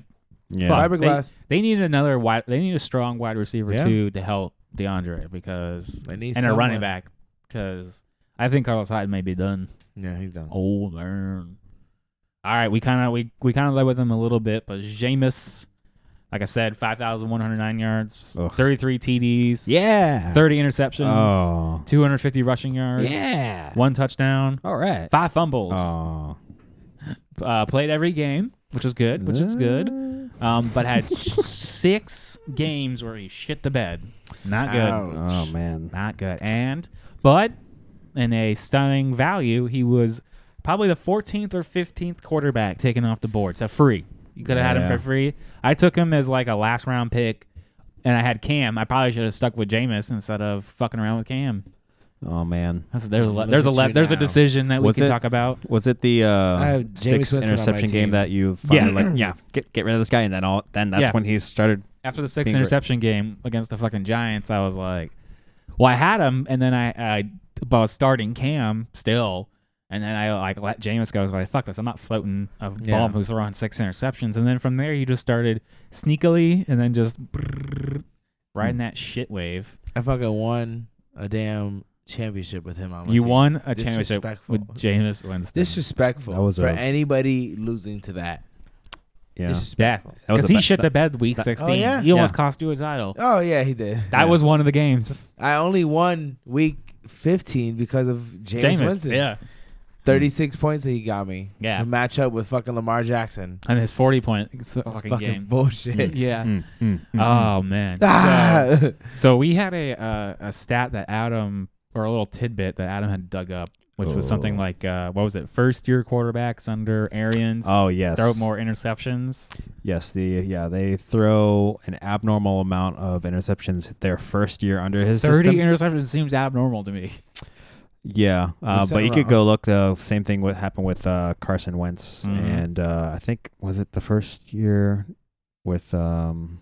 C: Yeah.
A: fuck,
B: Fiberglass.
A: They, they need another wide. They need a strong wide receiver
B: Yeah.
A: too to help DeAndre because
B: They need
A: and a running
B: someone.
A: back because I think Carlos Hyde may be done.
B: Yeah, he's done.
A: Oh man. All right, we kind of we, we kind of led with him a little bit, but Jameis, like I said, five thousand one hundred nine yards,
C: Ugh.
A: thirty three TDs,
C: Yeah.
A: thirty interceptions,
C: Oh.
A: two hundred fifty rushing yards,
C: Yeah.
A: one touchdown,
C: All right.
A: five fumbles.
C: Oh.
A: Uh, played every game, which was good, which is good. Um, but had six games where he shit the bed. Not good.
B: Ouch.
C: Oh man.
A: Not good. And but in a stunning value, he was probably the 14th or 15th quarterback taken off the board. So free. You could have had him
C: Yeah.
A: for free. I took him as like a last round pick, and I had Cam. I probably should have stuck with Jameis instead of fucking around with Cam.
C: Oh man.
A: I said, there's a le-
B: Look
A: there's a
B: at
A: le-
B: you
A: there's a
B: now.
A: decision that
C: Was
A: we can
C: it-
A: talk about.
C: Was it the uh,
B: have Jameis
C: six
B: Winston on my
C: interception
B: team.
C: game that you finally like? Yeah, get get rid of this guy, and then all then that's
A: Yeah.
C: when he started.
A: after the sixth
C: Being great.
A: interception game against the fucking Giants, I was like, well, I had him, and then I, I, but I was starting Cam still, and then I like let Jameis go. I was like, fuck this, I'm not floating a
B: Yeah.
A: bomb who's throwing six interceptions, and then from there he just started sneakily, and then just riding that shit wave.
B: I fucking won a damn championship with him on my
A: you
B: team.
A: won a championship
B: Disrespectful.
A: with Jameis Winston.
B: Disrespectful
C: That was
B: for
C: a-
B: anybody losing to that.
C: Yeah,
A: yeah,
B: Disrespectful.
C: That was
A: because
C: the
A: he
C: be-
A: shit the bed week
C: that-
A: 16.
B: Oh, yeah?
A: He almost
C: Yeah.
A: cost you his idol.
B: Oh yeah, he did.
A: That was one of the games.
B: I only won week 15 because of James,
A: Jameis,
B: Winston.
A: yeah.
B: Thirty six points that he got me.
A: Yeah.
B: To match up with fucking Lamar Jackson.
A: and his forty point fucking,
B: Fucking
A: game.
B: bullshit.
A: yeah.
C: Mm, mm, mm,
A: Oh man. So,
B: Ah!
A: So we had a uh, a stat that Adam or a little tidbit that Adam had dug up, which was something
C: Oh.
A: like uh, what was it? First year quarterbacks under Arians.
C: mm. Oh yes.
A: Throw more interceptions.
C: Yes, the yeah they throw an abnormal amount of interceptions their first year under his
A: Thirty
C: system.
A: interceptions seems abnormal to me.
C: yeah, uh,
B: said
C: but you
B: it
C: could
B: wrong.
C: go look. The same thing what happened with uh, Carson Wentz,
A: Mhm.
C: and uh, I think was it the first year with um,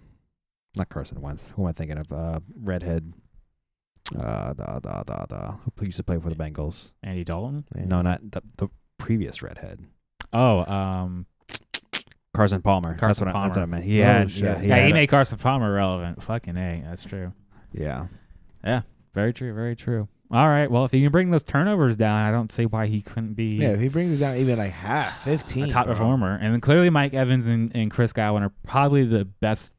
C: not Carson Wentz. Who am I thinking of? Uh, redhead. Uh, da da da da. Who used to play for the Bengals?
A: Andy Dalton.
C: No, not the, the previous redhead.
A: Oh, um,
C: Carson Palmer. that's
A: Carson
C: what I, that's what
A: Palmer.
C: I meant. He
B: Oh,
C: had,
B: shit.
C: yeah, he
A: yeah,
C: had
A: he
C: a-
A: made Carson Palmer relevant. Fucking a, that's true.
C: yeah.
A: Very true. Very true. All right. Well, if he can bring those turnovers down, I don't see why he couldn't be
B: Yeah, if he brings it down even like half, fifteen.
A: a top
B: bro.
A: performer. And then clearly Mike Evans and, and Chris Godwin are probably the best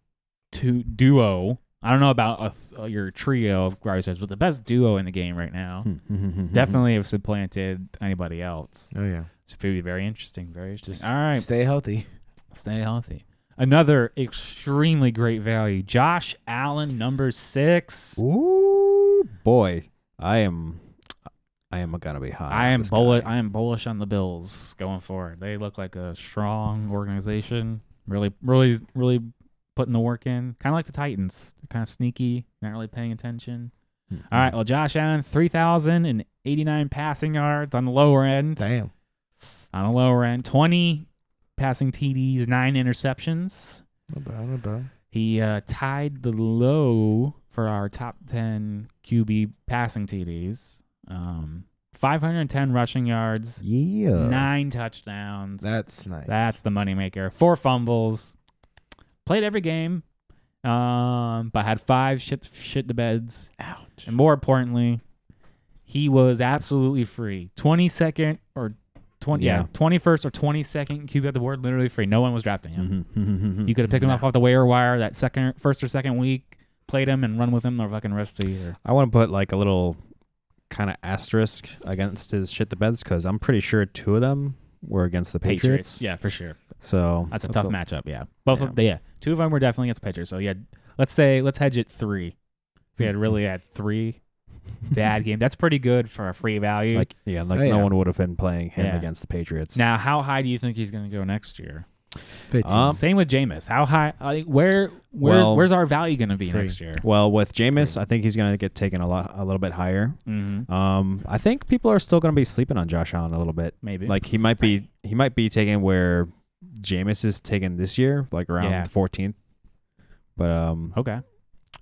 A: two duo. I don't know about a th- uh, your trio of wide receivers, but the best duo in the game right now. Oh.
C: Hmm,
A: Definitely have supplanted anybody else.
B: Oh yeah.
A: So it would be very interesting. Very interesting.
B: Just
A: All right.
B: Stay healthy.
A: stay healthy. Another extremely great value. Josh Allen, number six.
C: Ooh boy, I am, I am gonna be high.
A: I
C: on
A: am
C: this
A: bullish.
C: guy.
A: I am bullish on the Bills going forward. They look like a strong organization. Really, really, really putting the work in. Kind of like the Titans. Kind of sneaky. Not really paying attention.
C: Mm,
A: All right. Well, Josh Allen, three thousand and eighty-nine passing yards on the lower end.
B: Damn.
A: On the lower end, twenty passing TDs, nine interceptions.
B: No problem, no problem.
A: He uh, tied the low for our top 10 QB passing TDs. Um, 510 rushing yards,
C: Yeah.
A: nine touchdowns.
B: That's nice.
A: That's the moneymaker. Four fumbles. Played every game, um, but had five shit, shit to beds.
B: ouch.
A: And more importantly, he was absolutely free. 22nd or 20, yeah.
C: Yeah.
A: 21st or 22nd QB at the board, literally free. No one was drafting him.
C: Mhm.
A: You could have picked him up off the waiver wire that second, first or second week, played him and run with him the fucking rest of the year.
C: I want to put like a little kind of asterisk against his shit the beds because I'm pretty sure two of them were against the Patriots.
A: yeah, for sure.
C: So
A: That's a tough matchup. Yeah, both of the yeah, two of them were definitely against the Patriots. So yeah, let's say let's hedge it three. So you had really had three bad game. That's pretty good for a free value.
C: Like yeah, like
B: Oh,
C: no
B: yeah.
C: one would have been playing him
A: Yeah.
C: against the Patriots.
A: now, how high do you think he's going to go next year?
B: Fifteen.
C: Um,
A: Same with Jameis. How high? Like, where? Where's
C: Well,
A: Where's our value going to be
B: three.
A: next year?
C: well, with Jameis, I think he's gonna get taken a lot, a little bit higher.
A: Mm-hmm.
C: Um, I think people are still gonna be sleeping on Josh Allen a little bit.
A: Maybe.
C: Like he might be he might be taken where Jameis is taken this year, like
A: Yeah.
C: around fourteenth. But um,
A: okay.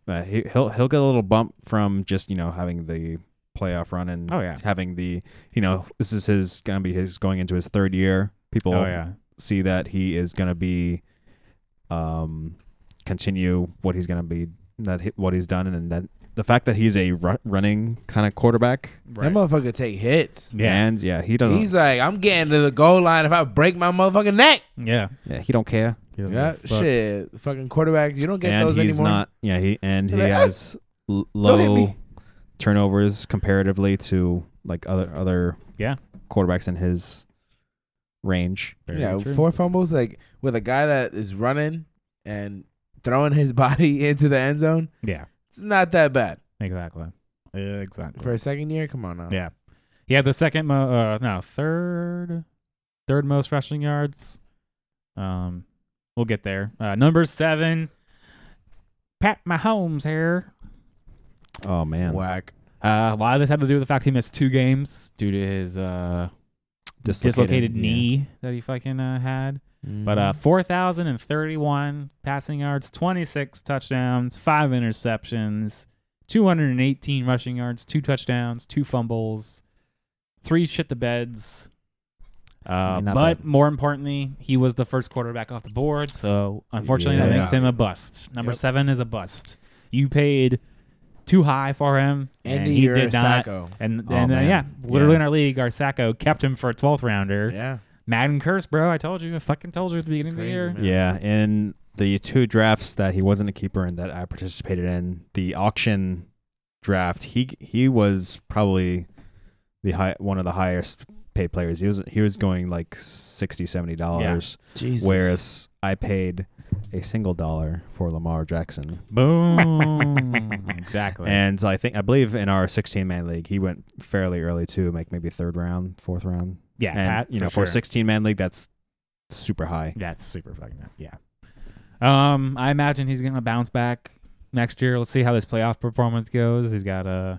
C: uh, he, he'll he'll get a little bump from just you know having the playoff run and
A: Oh, yeah.
C: having the you know this is his gonna be his going into his third year. People
A: Oh yeah.
C: see that he is gonna be um continue what he's gonna be that he, what he's done and then the fact that he's a ru- running kind of quarterback
B: That motherfucker take hits.
A: Yeah.
C: and yeah he doesn't
B: He's like, I'm getting to the goal line if I break my motherfucking neck.
A: Yeah.
C: yeah he don't care
B: Yeah, shit. Fucking quarterbacks, you don't get
C: and
B: those
C: he's
B: anymore.
C: not yeah he and he
B: Like, ah,
C: has l-
B: don't hit
C: low
B: me.
C: turnovers comparatively to like other other
A: Yeah.
C: quarterbacks in his range
A: Very
B: yeah,
A: true.
B: four fumbles like with a guy that is running and throwing his body into the end zone.
A: Yeah.
B: It's not that bad
A: Exactly. Exactly.
B: for a second year. Come on now.
A: Yeah. He had the second mo uh no, third third most rushing yards. Um we'll get there. Uh number 7 Pat Mahomes here.
C: oh man
B: Whack.
A: Uh a lot of this had to do with the fact he missed two games due to his uh dislocated,
C: yeah.
A: knee that he fucking uh, had. But
B: Mm.
C: Mm-hmm.
A: uh 4031 passing yards, 26 touchdowns, 5 interceptions, 218 rushing yards, 2 touchdowns, 2 fumbles, 3 shit the beds. Uh,
C: mean, not
A: but
C: bad.
A: more importantly, he was the first quarterback off the board, so unfortunately that
C: Yeah.
A: makes him a bust. Number
B: Yep.
A: 7 is a bust. You paid too high for him and,
B: Andy,
A: he
B: you're a
A: did not
B: sacco.
A: and
C: Oh,
A: and uh,
C: man.
A: yeah, literally
C: Yeah.
A: in our league, Garsaco kept him for a 12th rounder.
B: Yeah.
A: Madden curse, bro. I told you. I fucking told you at the beginning
B: Crazy,
A: of the year.
B: man.
C: yeah in the two drafts that he wasn't a keeper in that i participated in the auction draft he he was probably the high one of the highest paid players. He was he was going like 60 dollars,
B: Jesus.
C: whereas I paid a single dollar for Lamar Jackson.
A: Boom. exactly.
C: And I think I believe in our 16 man league, he went fairly early too, like maybe third round, fourth round.
A: yeah,
C: and
A: Pat,
C: you know,
A: for
C: for
A: sure.
C: 16 man league, that's super high.
A: That's super fucking up. Yeah. Um, I imagine he's gonna bounce back next year. Let's see how this playoff performance goes. He's got uh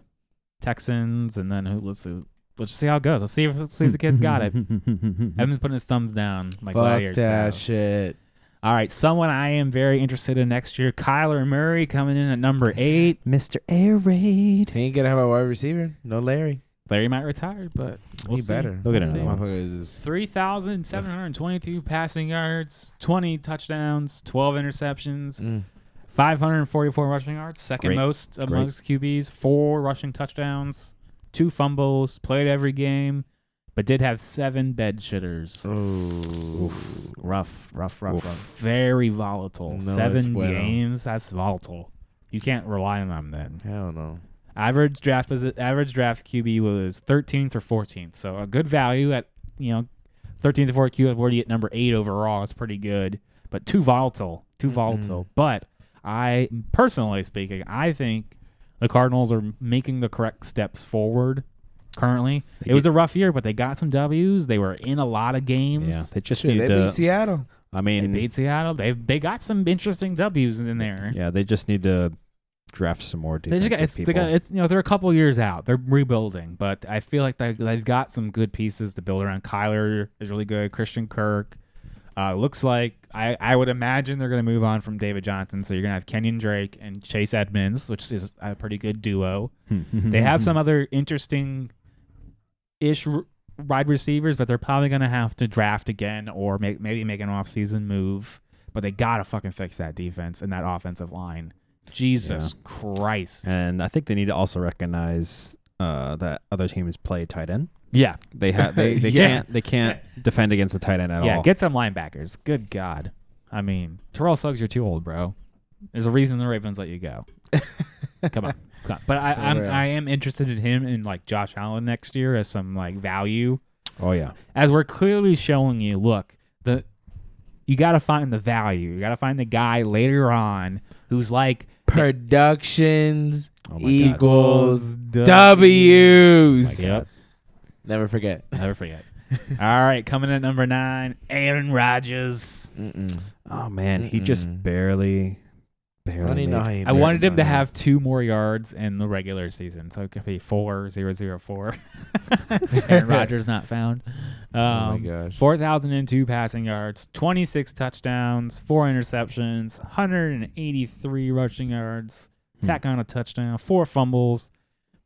A: Texans, and then who? Let's see. Let's see how it goes. Let's see if let's see if the kid's got it. Um, Evan's putting his thumbs down like
B: Fuck
A: Warriors
B: that
A: style.
B: shit.
A: All right, someone I am very interested in next year, Kyler Murray coming in at number eight.
C: Mr. Air Raid.
B: He ain't gonna have a wide receiver. No Larry.
A: Larry might retire, but we'll
B: he
A: see.
B: better.
C: Look at
A: We'll see.
C: another one.
B: Motherfucker is just-
A: 3,722 passing yards, 20 touchdowns, 12 interceptions,
B: Mm.
A: 544 rushing yards, second
C: Great.
A: most
C: Great.
A: amongst QBs, four rushing touchdowns, two fumbles, played every game, but did have seven bed shitters. Rough, rough, rough,
C: Oof.
A: rough. Very volatile.
B: No
A: seven
B: bueno.
A: games, that's volatile. You can't rely on them then.
B: Hell no.
A: Average draft was average draft QB was 13th or 14th, so a good value at you know 13th to 14th QB already at number eight overall. It's pretty good, but too volatile, too volatile. But I personally speaking, I think the Cardinals are making the correct steps forward. Currently, it was a rough year, but they got some Ws. They were in a lot of games.
C: Yeah, they just
B: Shit,
C: need
B: they beat
C: to.
B: Seattle.
C: I
A: They
C: mean,
A: beat Seattle. They they got some interesting Ws in there.
C: yeah, they just need to draft some more
A: They just
C: defensive
A: got, it's, they
C: people.
A: got, it's you know they're a couple years out. They're rebuilding, but I feel like they, they've got some good pieces to build around. Kyler is really good. Christian Kirk uh, looks like I, I would imagine they're going to move on from David Johnson. So you're going to have Kenyon Drake and Chase Edmonds, which is a pretty good duo. they have some other interesting ish r- wide receivers, but they're probably going to have to draft again or make, maybe make an offseason move. But they got to fucking fix that defense and that offensive line. Jesus Christ.
C: and I think they need to also recognize uh, that other teams play tight end.
A: Yeah,
C: They have they, they
B: Yeah.
C: can't they can't defend against the tight end at
A: yeah.
C: all.
A: Get some linebackers. Good God, I mean, Terrell Suggs, you're too old, bro. There's a reason the Ravens let you go. come on, come on. But I,
B: For
A: I'm,
B: real.
A: I am interested in him and like Josh Allen next year as some like value,
C: oh yeah,
A: as we're clearly showing you. Look, the you got to find the value. You got to find the guy later on who's like
B: Productions
C: oh my god.
B: equals
A: W.
B: W's.
A: Yep.
B: Never forget.
A: Never forget. All right, coming in at number nine, Aaron Rodgers.
B: Mm-mm.
C: Oh man, he just
B: Mm-mm.
C: barely barely.
B: I don't even
C: made
B: know
C: it.
B: how you
A: I
B: made
A: wanted
B: it.
A: him to have two more yards in the regular season, so it could be four zero zero four. Aaron Rodgers not found. Um,
B: Oh my gosh.
A: Four thousand and two passing yards, twenty six touchdowns, four interceptions, hundred and eighty three rushing yards, tack on a touchdown, four fumbles,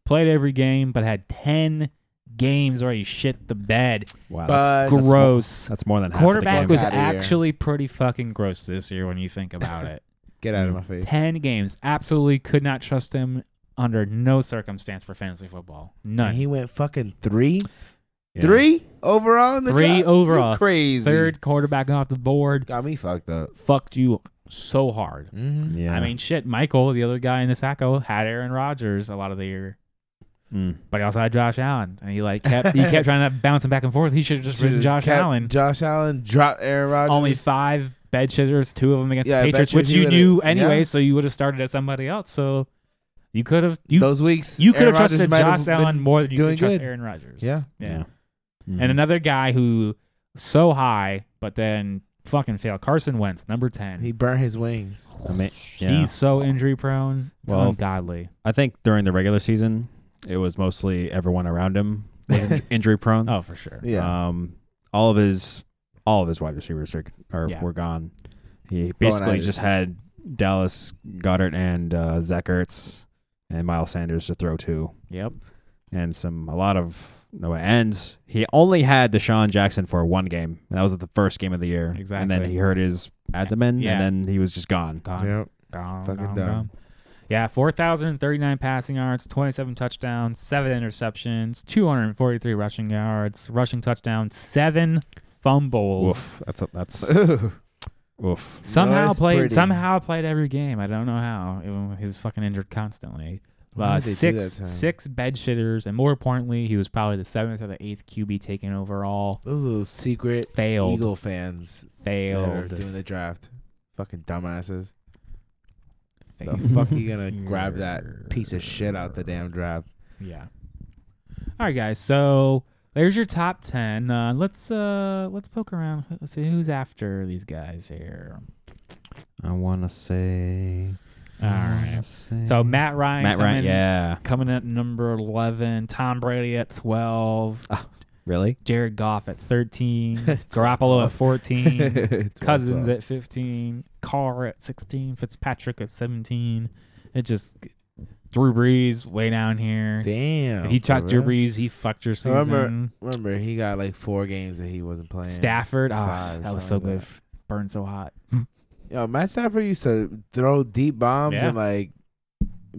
A: played every game, but had ten games where he shit the bed.
C: Wow,
B: But-
C: that's,
B: That's
A: Gross.
C: that's more than half of the
A: Quarterback
C: games.
A: was
B: Outta here.
A: actually pretty fucking gross this year when you think about it.
B: Get out of my
A: Mm.
B: face.
A: 10 games. Absolutely could not trust him under no circumstance for fantasy football.
B: And
A: None.
B: he went fucking three,
C: Yeah.
B: three overall. In the
A: Three
B: draft?
A: overall.
B: You crazy.
A: Third quarterback off the board.
B: got me fucked up.
A: Fucked you so hard.
B: Mm-hmm.
C: Yeah,
A: I mean, shit, Michael, the other guy in the sacco, had Aaron Rodgers a lot of the year.
C: Mm.
A: But he also had Josh Allen, and he like kept he kept trying to bounce him back and forth. He should have just ridden Josh Allen.
B: Josh Allen dropped Aaron Rodgers.
A: Only five bed shitters, two of them against
B: Yeah, I
A: the
B: bet
A: Patriots,
B: you
A: which
B: he
A: you
B: would've-
A: knew anyway.
B: yeah.
A: So you would have started at somebody else. So you could have you
B: those weeks.
A: You could
B: Aaron
A: have trusted
B: Rodgers might
A: Josh
B: have been-
A: Allen more than you
B: doing
A: could trust
B: good.
A: Aaron Rodgers.
B: Yeah.
A: yeah. Mm-hmm.
C: Mm.
A: And another guy who so high, but then fucking failed. Carson Wentz, number ten.
B: He burnt his wings.
C: I mean, yeah.
A: He's so injury prone. It's
C: Well,
A: ungodly.
C: I think during the regular season, it was mostly everyone around him was in- injury prone.
A: Oh, for sure.
B: Yeah.
C: Um, all of his all of his wide receivers are, are
A: Yeah.
C: were gone. He basically
B: Bonaitis.
C: just had Dallas Goddard and uh, Zach Ertz and Miles Sanders to throw to,
A: Yep.
C: and some a lot of no ends. He only had Deshaun Jackson for one game, and that was at the first game of the year. And
A: Exactly.
C: then he hurt his abdomen,
A: Yeah.
C: and then he was just gone.
A: Gone.
B: yep.
A: Gone.
B: Fucking
A: gone,
B: dumb.
A: gone. Yeah, 4,039 passing yards, 27 touchdowns, 7 interceptions, 243 rushing yards, rushing touchdowns, 7 fumbles.
C: Woof. That's a, that's oof.
A: Somehow
B: Nice
A: played
B: birdie.
A: somehow played every game. I don't know how. Even with- He was fucking injured constantly.
B: Why
A: Uh,
B: did they do
A: six
B: that to him?
A: six bed shitters, and more importantly, he was probably the seventh or the eighth QB taken overall.
B: Those little secret
A: Failed,
B: Eagle fans that are
A: failed.
B: doing the draft. Fucking dumbasses. The fuck you gonna grab that piece of shit out the damn draft?
A: Yeah. All right, guys. So there's your top ten. Uh, let's uh let's poke around. Let's see who's after these guys here.
C: I want to say.
A: All right. So Matt Ryan.
C: Matt Ryan.
A: coming-
C: Yeah.
A: Coming at number 11, Tom Brady at 12,
B: Ah.
C: Really?
A: Jared Goff at 13, Garoppolo at 14, Cousins at 15, Carr at 16, Fitzpatrick at 17. It just Drew Brees way down here.
B: damn.
A: If you
B: for
A: talk Drew
B: real?
A: Brees, he fucked your
B: I
A: season.
B: remember- Remember, he got like four games that he wasn't playing.
A: Stafford, ah,
B: Five,
A: that was so
B: something
A: good.
B: like
A: Burned so hot.
B: Yo, Matt Stafford used to throw deep bombs
A: Yeah.
B: and like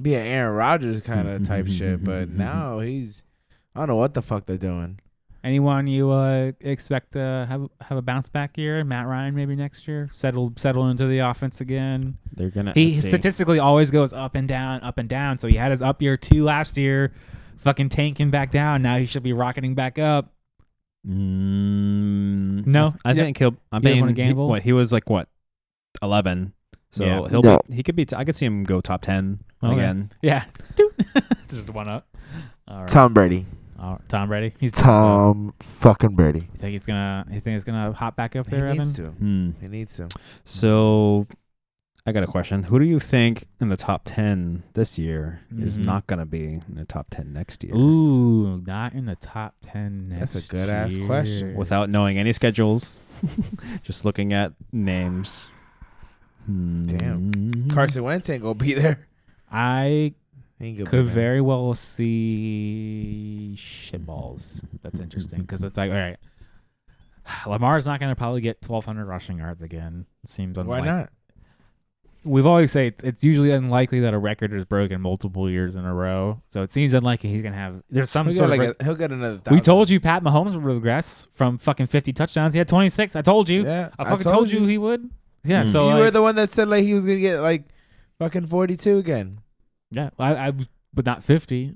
B: be an Aaron Rodgers kind of type shit, but now he's I don't know what the fuck they're doing.
A: Anyone you uh, expect to have have a bounce back year? Matt Ryan maybe next year. Settle settle into the offense again.
C: They're gonna.
A: He
C: let's see.
A: statistically always goes up and down, up and down. So he had his up year two last year, fucking tanking back down. Now he should be rocketing back up.
C: Mm,
A: No?
C: I
A: Yeah.
C: think he'll. I
A: You don't
C: mean,
A: wanna
C: he-
A: gamble?
C: what, he was like what, eleven. So
A: Yeah.
C: he'll.
B: No.
C: Be, he could be. T- I could see him go top ten
A: Okay.
C: again.
A: Yeah, This is one up. All right.
B: Tom Brady.
A: All right. Tom Brady. He's done, so-
B: Tom fucking Brady.
A: You think he's gonna? You think he's gonna hop back up
B: He
A: there, Evan?
B: needs to.
C: Hmm.
B: He needs to.
C: So, I got a question. Who do you think in the top ten this year is
A: Mhm.
C: not gonna be in the top ten next year?
A: Ooh, not in the top ten.
B: That's a
A: next
B: good-ass question.
A: year.
C: Without knowing any schedules, just looking at names.
B: Damn.
C: Hmm.
B: Carson Wentz ain't gonna be there.
A: I
B: He ain't gonna
A: could
B: be there.
A: very well see shitballs. That's interesting because it's like, all right, Lamar's not going to probably get 1,200 rushing yards again. It seems
B: Why
A: unlikely.
B: not?
A: We've always said it's- it's usually unlikely that a record is broken multiple years in a row. So it seems unlikely he's going to have. There's some
B: He'll
A: sort
B: get,
A: of.
B: like
A: rec-
B: a- he'll get another.
A: we
B: thousand.
A: told you Pat Mahomes would regress from fucking 50 touchdowns. He had 26. I told you.
B: Yeah,
A: I fucking told, you. he would. Yeah.
C: Mm.
A: So
B: Hmm. you
A: like,
B: were the one that said like he was gonna get like fucking forty two again.
A: Yeah, I, I was- but not fifty,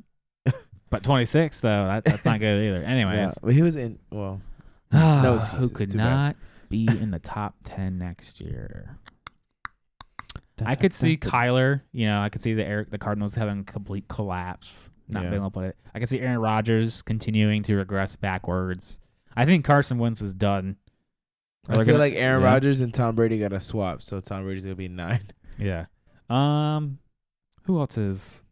A: but twenty six though. That, that's not good either.
B: Yeah,
A: Anyways,
B: but he was in. Well, No excuses.
A: Ah, who could
B: Too bad.
A: not be in the top ten next year? I could see Kyler. You know, I could see the Eric, the Cardinals having a complete collapse, not
B: Yeah.
A: being able to put it. I could see Aaron Rodgers continuing to regress backwards. I think Carson Wentz is done.
B: I
A: Or they're
B: feel
A: gonna-
B: like Aaron
C: yeah.
B: Rodgers and Tom Brady got a swap, so Tom Brady's gonna be nine.
A: yeah. Um, who else is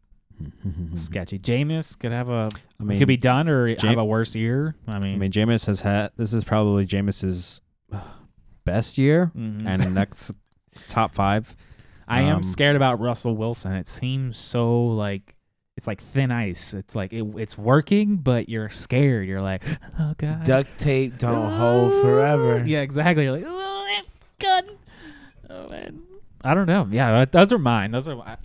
A: sketchy? Jameis could have a
C: Hmm. Mm-hmm. I mean,
A: could be done or have
C: Jame-
A: a worse year. I
C: I
A: mean,
C: mean, Jameis has had this is probably Jameis's best year
A: mhm.
C: and next top five.
A: I am
C: Um,
A: scared about Russell Wilson. It seems so like it's like thin ice. It's like it, it's working, but you're scared. You're like, oh god,
B: Duct tape don't hold forever.
A: Yeah, exactly. You're like, oh god, oh man. I don't know. Yeah, that- those are mine. Those are.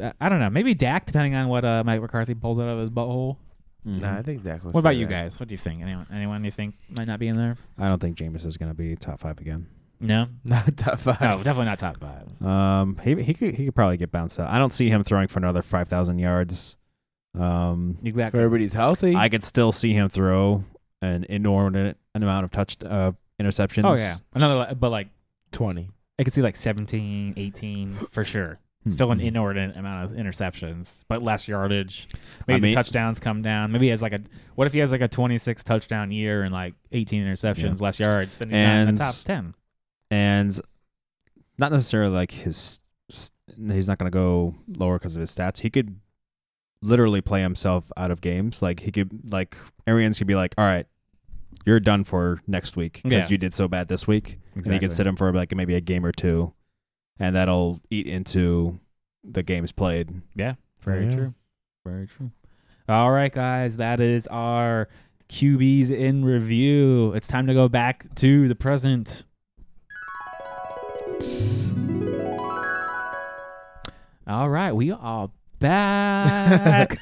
A: I, I don't know. Maybe Dak, depending on what uh, Mike McCarthy pulls out of his butthole.
B: Nah, I think Dak was.
A: What about you guys? What do you think? Anyone? Anyone you think might not be in there?
C: Mm-hmm. I don't think Jameis is going to be top five again.
A: No.
B: Not top five.
A: No, definitely not top five.
C: Um, he he could he could probably get bounced out. I don't see him throwing for another five thousand yards. Um,
B: If
A: Exactly.
B: everybody's healthy,
C: I could still see him throw an inordinate amount of touch uh, interceptions.
A: Oh yeah, another. li- But like,
B: twenty.
A: I could see like 17, 18 for sure.
C: Hmm.
A: Still an inordinate amount of interceptions, but less yardage.
C: I
A: Maybe
C: mean-
A: the touchdowns come down. Maybe he has like a what if he has like a twenty six touchdown year and like eighteen interceptions, less yards, then he's not in
C: And-
A: the top ten.
C: and not necessarily like his s- he's not going to go lower because of his stats. He could literally play himself out of games. Like he could like Arians could be like, "All right, you're done for next week because
A: Yeah.
C: you did so bad this week," and he could sit him for like maybe a game or two, and that'll eat into the games played.
A: Very
B: Yeah.
A: true. Very true. All right, guys, that is our QBs in review. It's time to go back to the present. All right, we are back.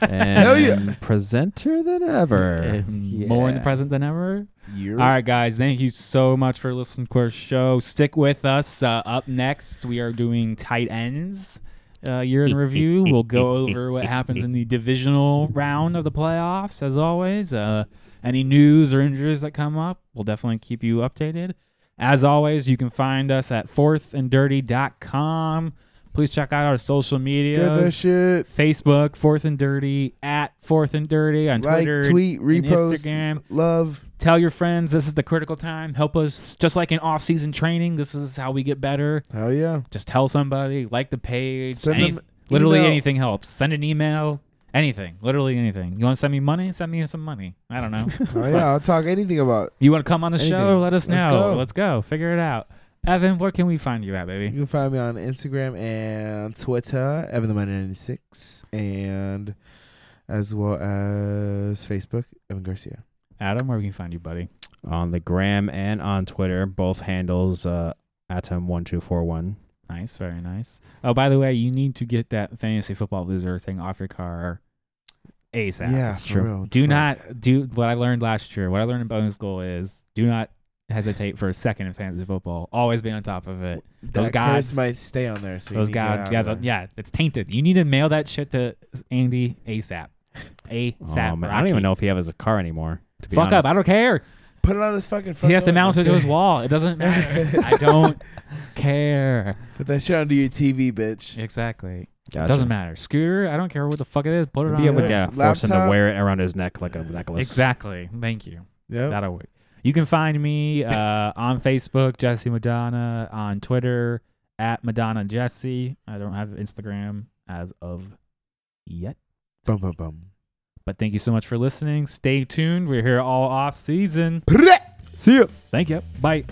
B: Hell yeah.
C: And presenter than ever.
A: And More in the
C: Yeah.
A: present than ever.
B: You're
A: All right, guys. Thank you so much for listening to our show. Stick with us. Uh, up next, we are doing tight ends. uh, year in review. We'll go over what happens in the divisional round of the playoffs, as always. Uh, any news or injuries that come up, we'll definitely keep you updated. As always, you can find us at fourthanddirty.com. Please check out our social
B: Get that
A: media.
B: shit.
A: Facebook, Fourth and Dirty, at Fourth and Dirty on
B: Like,
A: Twitter,
B: tweet,
A: and
B: repost,
A: Instagram
B: love.
A: tell your friends this is the critical time help us just like in off-season training this is how we get better
B: Hell yeah.
A: just tell somebody like the page
B: Send
A: any-
B: them
A: literally
B: email.
A: anything helps send an email anything literally anything you want to send me money send me some money i don't know
B: Oh yeah, I'll talk anything about.
A: you want to come on the show
B: Anything.
A: let us know
B: Let's
A: let's
B: go.
A: go. figure it out evan where can we find you at
B: You
A: baby
B: can find me on Instagram and Twitter, Evan the Minor 96, and as well as Facebook, Evan Garcia.
A: adam where can we find you buddy
C: on the gram and on Twitter, both handles uh, atom1241.
A: nice very nice oh by the way you need to get that fantasy football loser thing off your car asap
B: yeah,
C: that's
B: for
C: true.
B: real.
A: Do
B: Fuck.
A: not do what I learned last year. What I learned in bonus goal is do not hesitate for a second in fantasy football. Always be on top of it. Those
B: That
A: guys-
B: curse might stay on there. So you
A: Those
B: need to get
A: guys,
B: out
A: yeah,
B: of
A: the,
B: there.
A: yeah, it's tainted. You need to mail that shit to Andy ASAP. ASAP.
C: Um, Oh, I don't even know if he has a car anymore. To be
A: Fuck
C: honest.
A: up. I don't care.
B: Put it on his fucking.
A: He
B: front
A: has to
B: door.
A: mount it
B: Let's
A: to
B: go.
A: his wall. It doesn't matter. I don't care.
B: Put that shit onto your TV, bitch.
A: Exactly.
C: Gotcha.
A: It doesn't matter. Scooter, I don't care what the fuck it is. Put it
C: We'll
A: on.
C: Be able
A: there.
C: to yeah, force him to
B: Laptop.
C: wear it around his neck like a necklace.
A: Exactly. Thank you.
B: Yep.
A: That'll work. You can find me uh, on Facebook, Jesse Madonna, on Twitter at Madonna Jesse. I don't have Instagram as of yet.
B: Bum bum bum.
A: But thank you so much for listening. Stay tuned. We're here all off season.
B: See ya.
A: Thank you. Bye.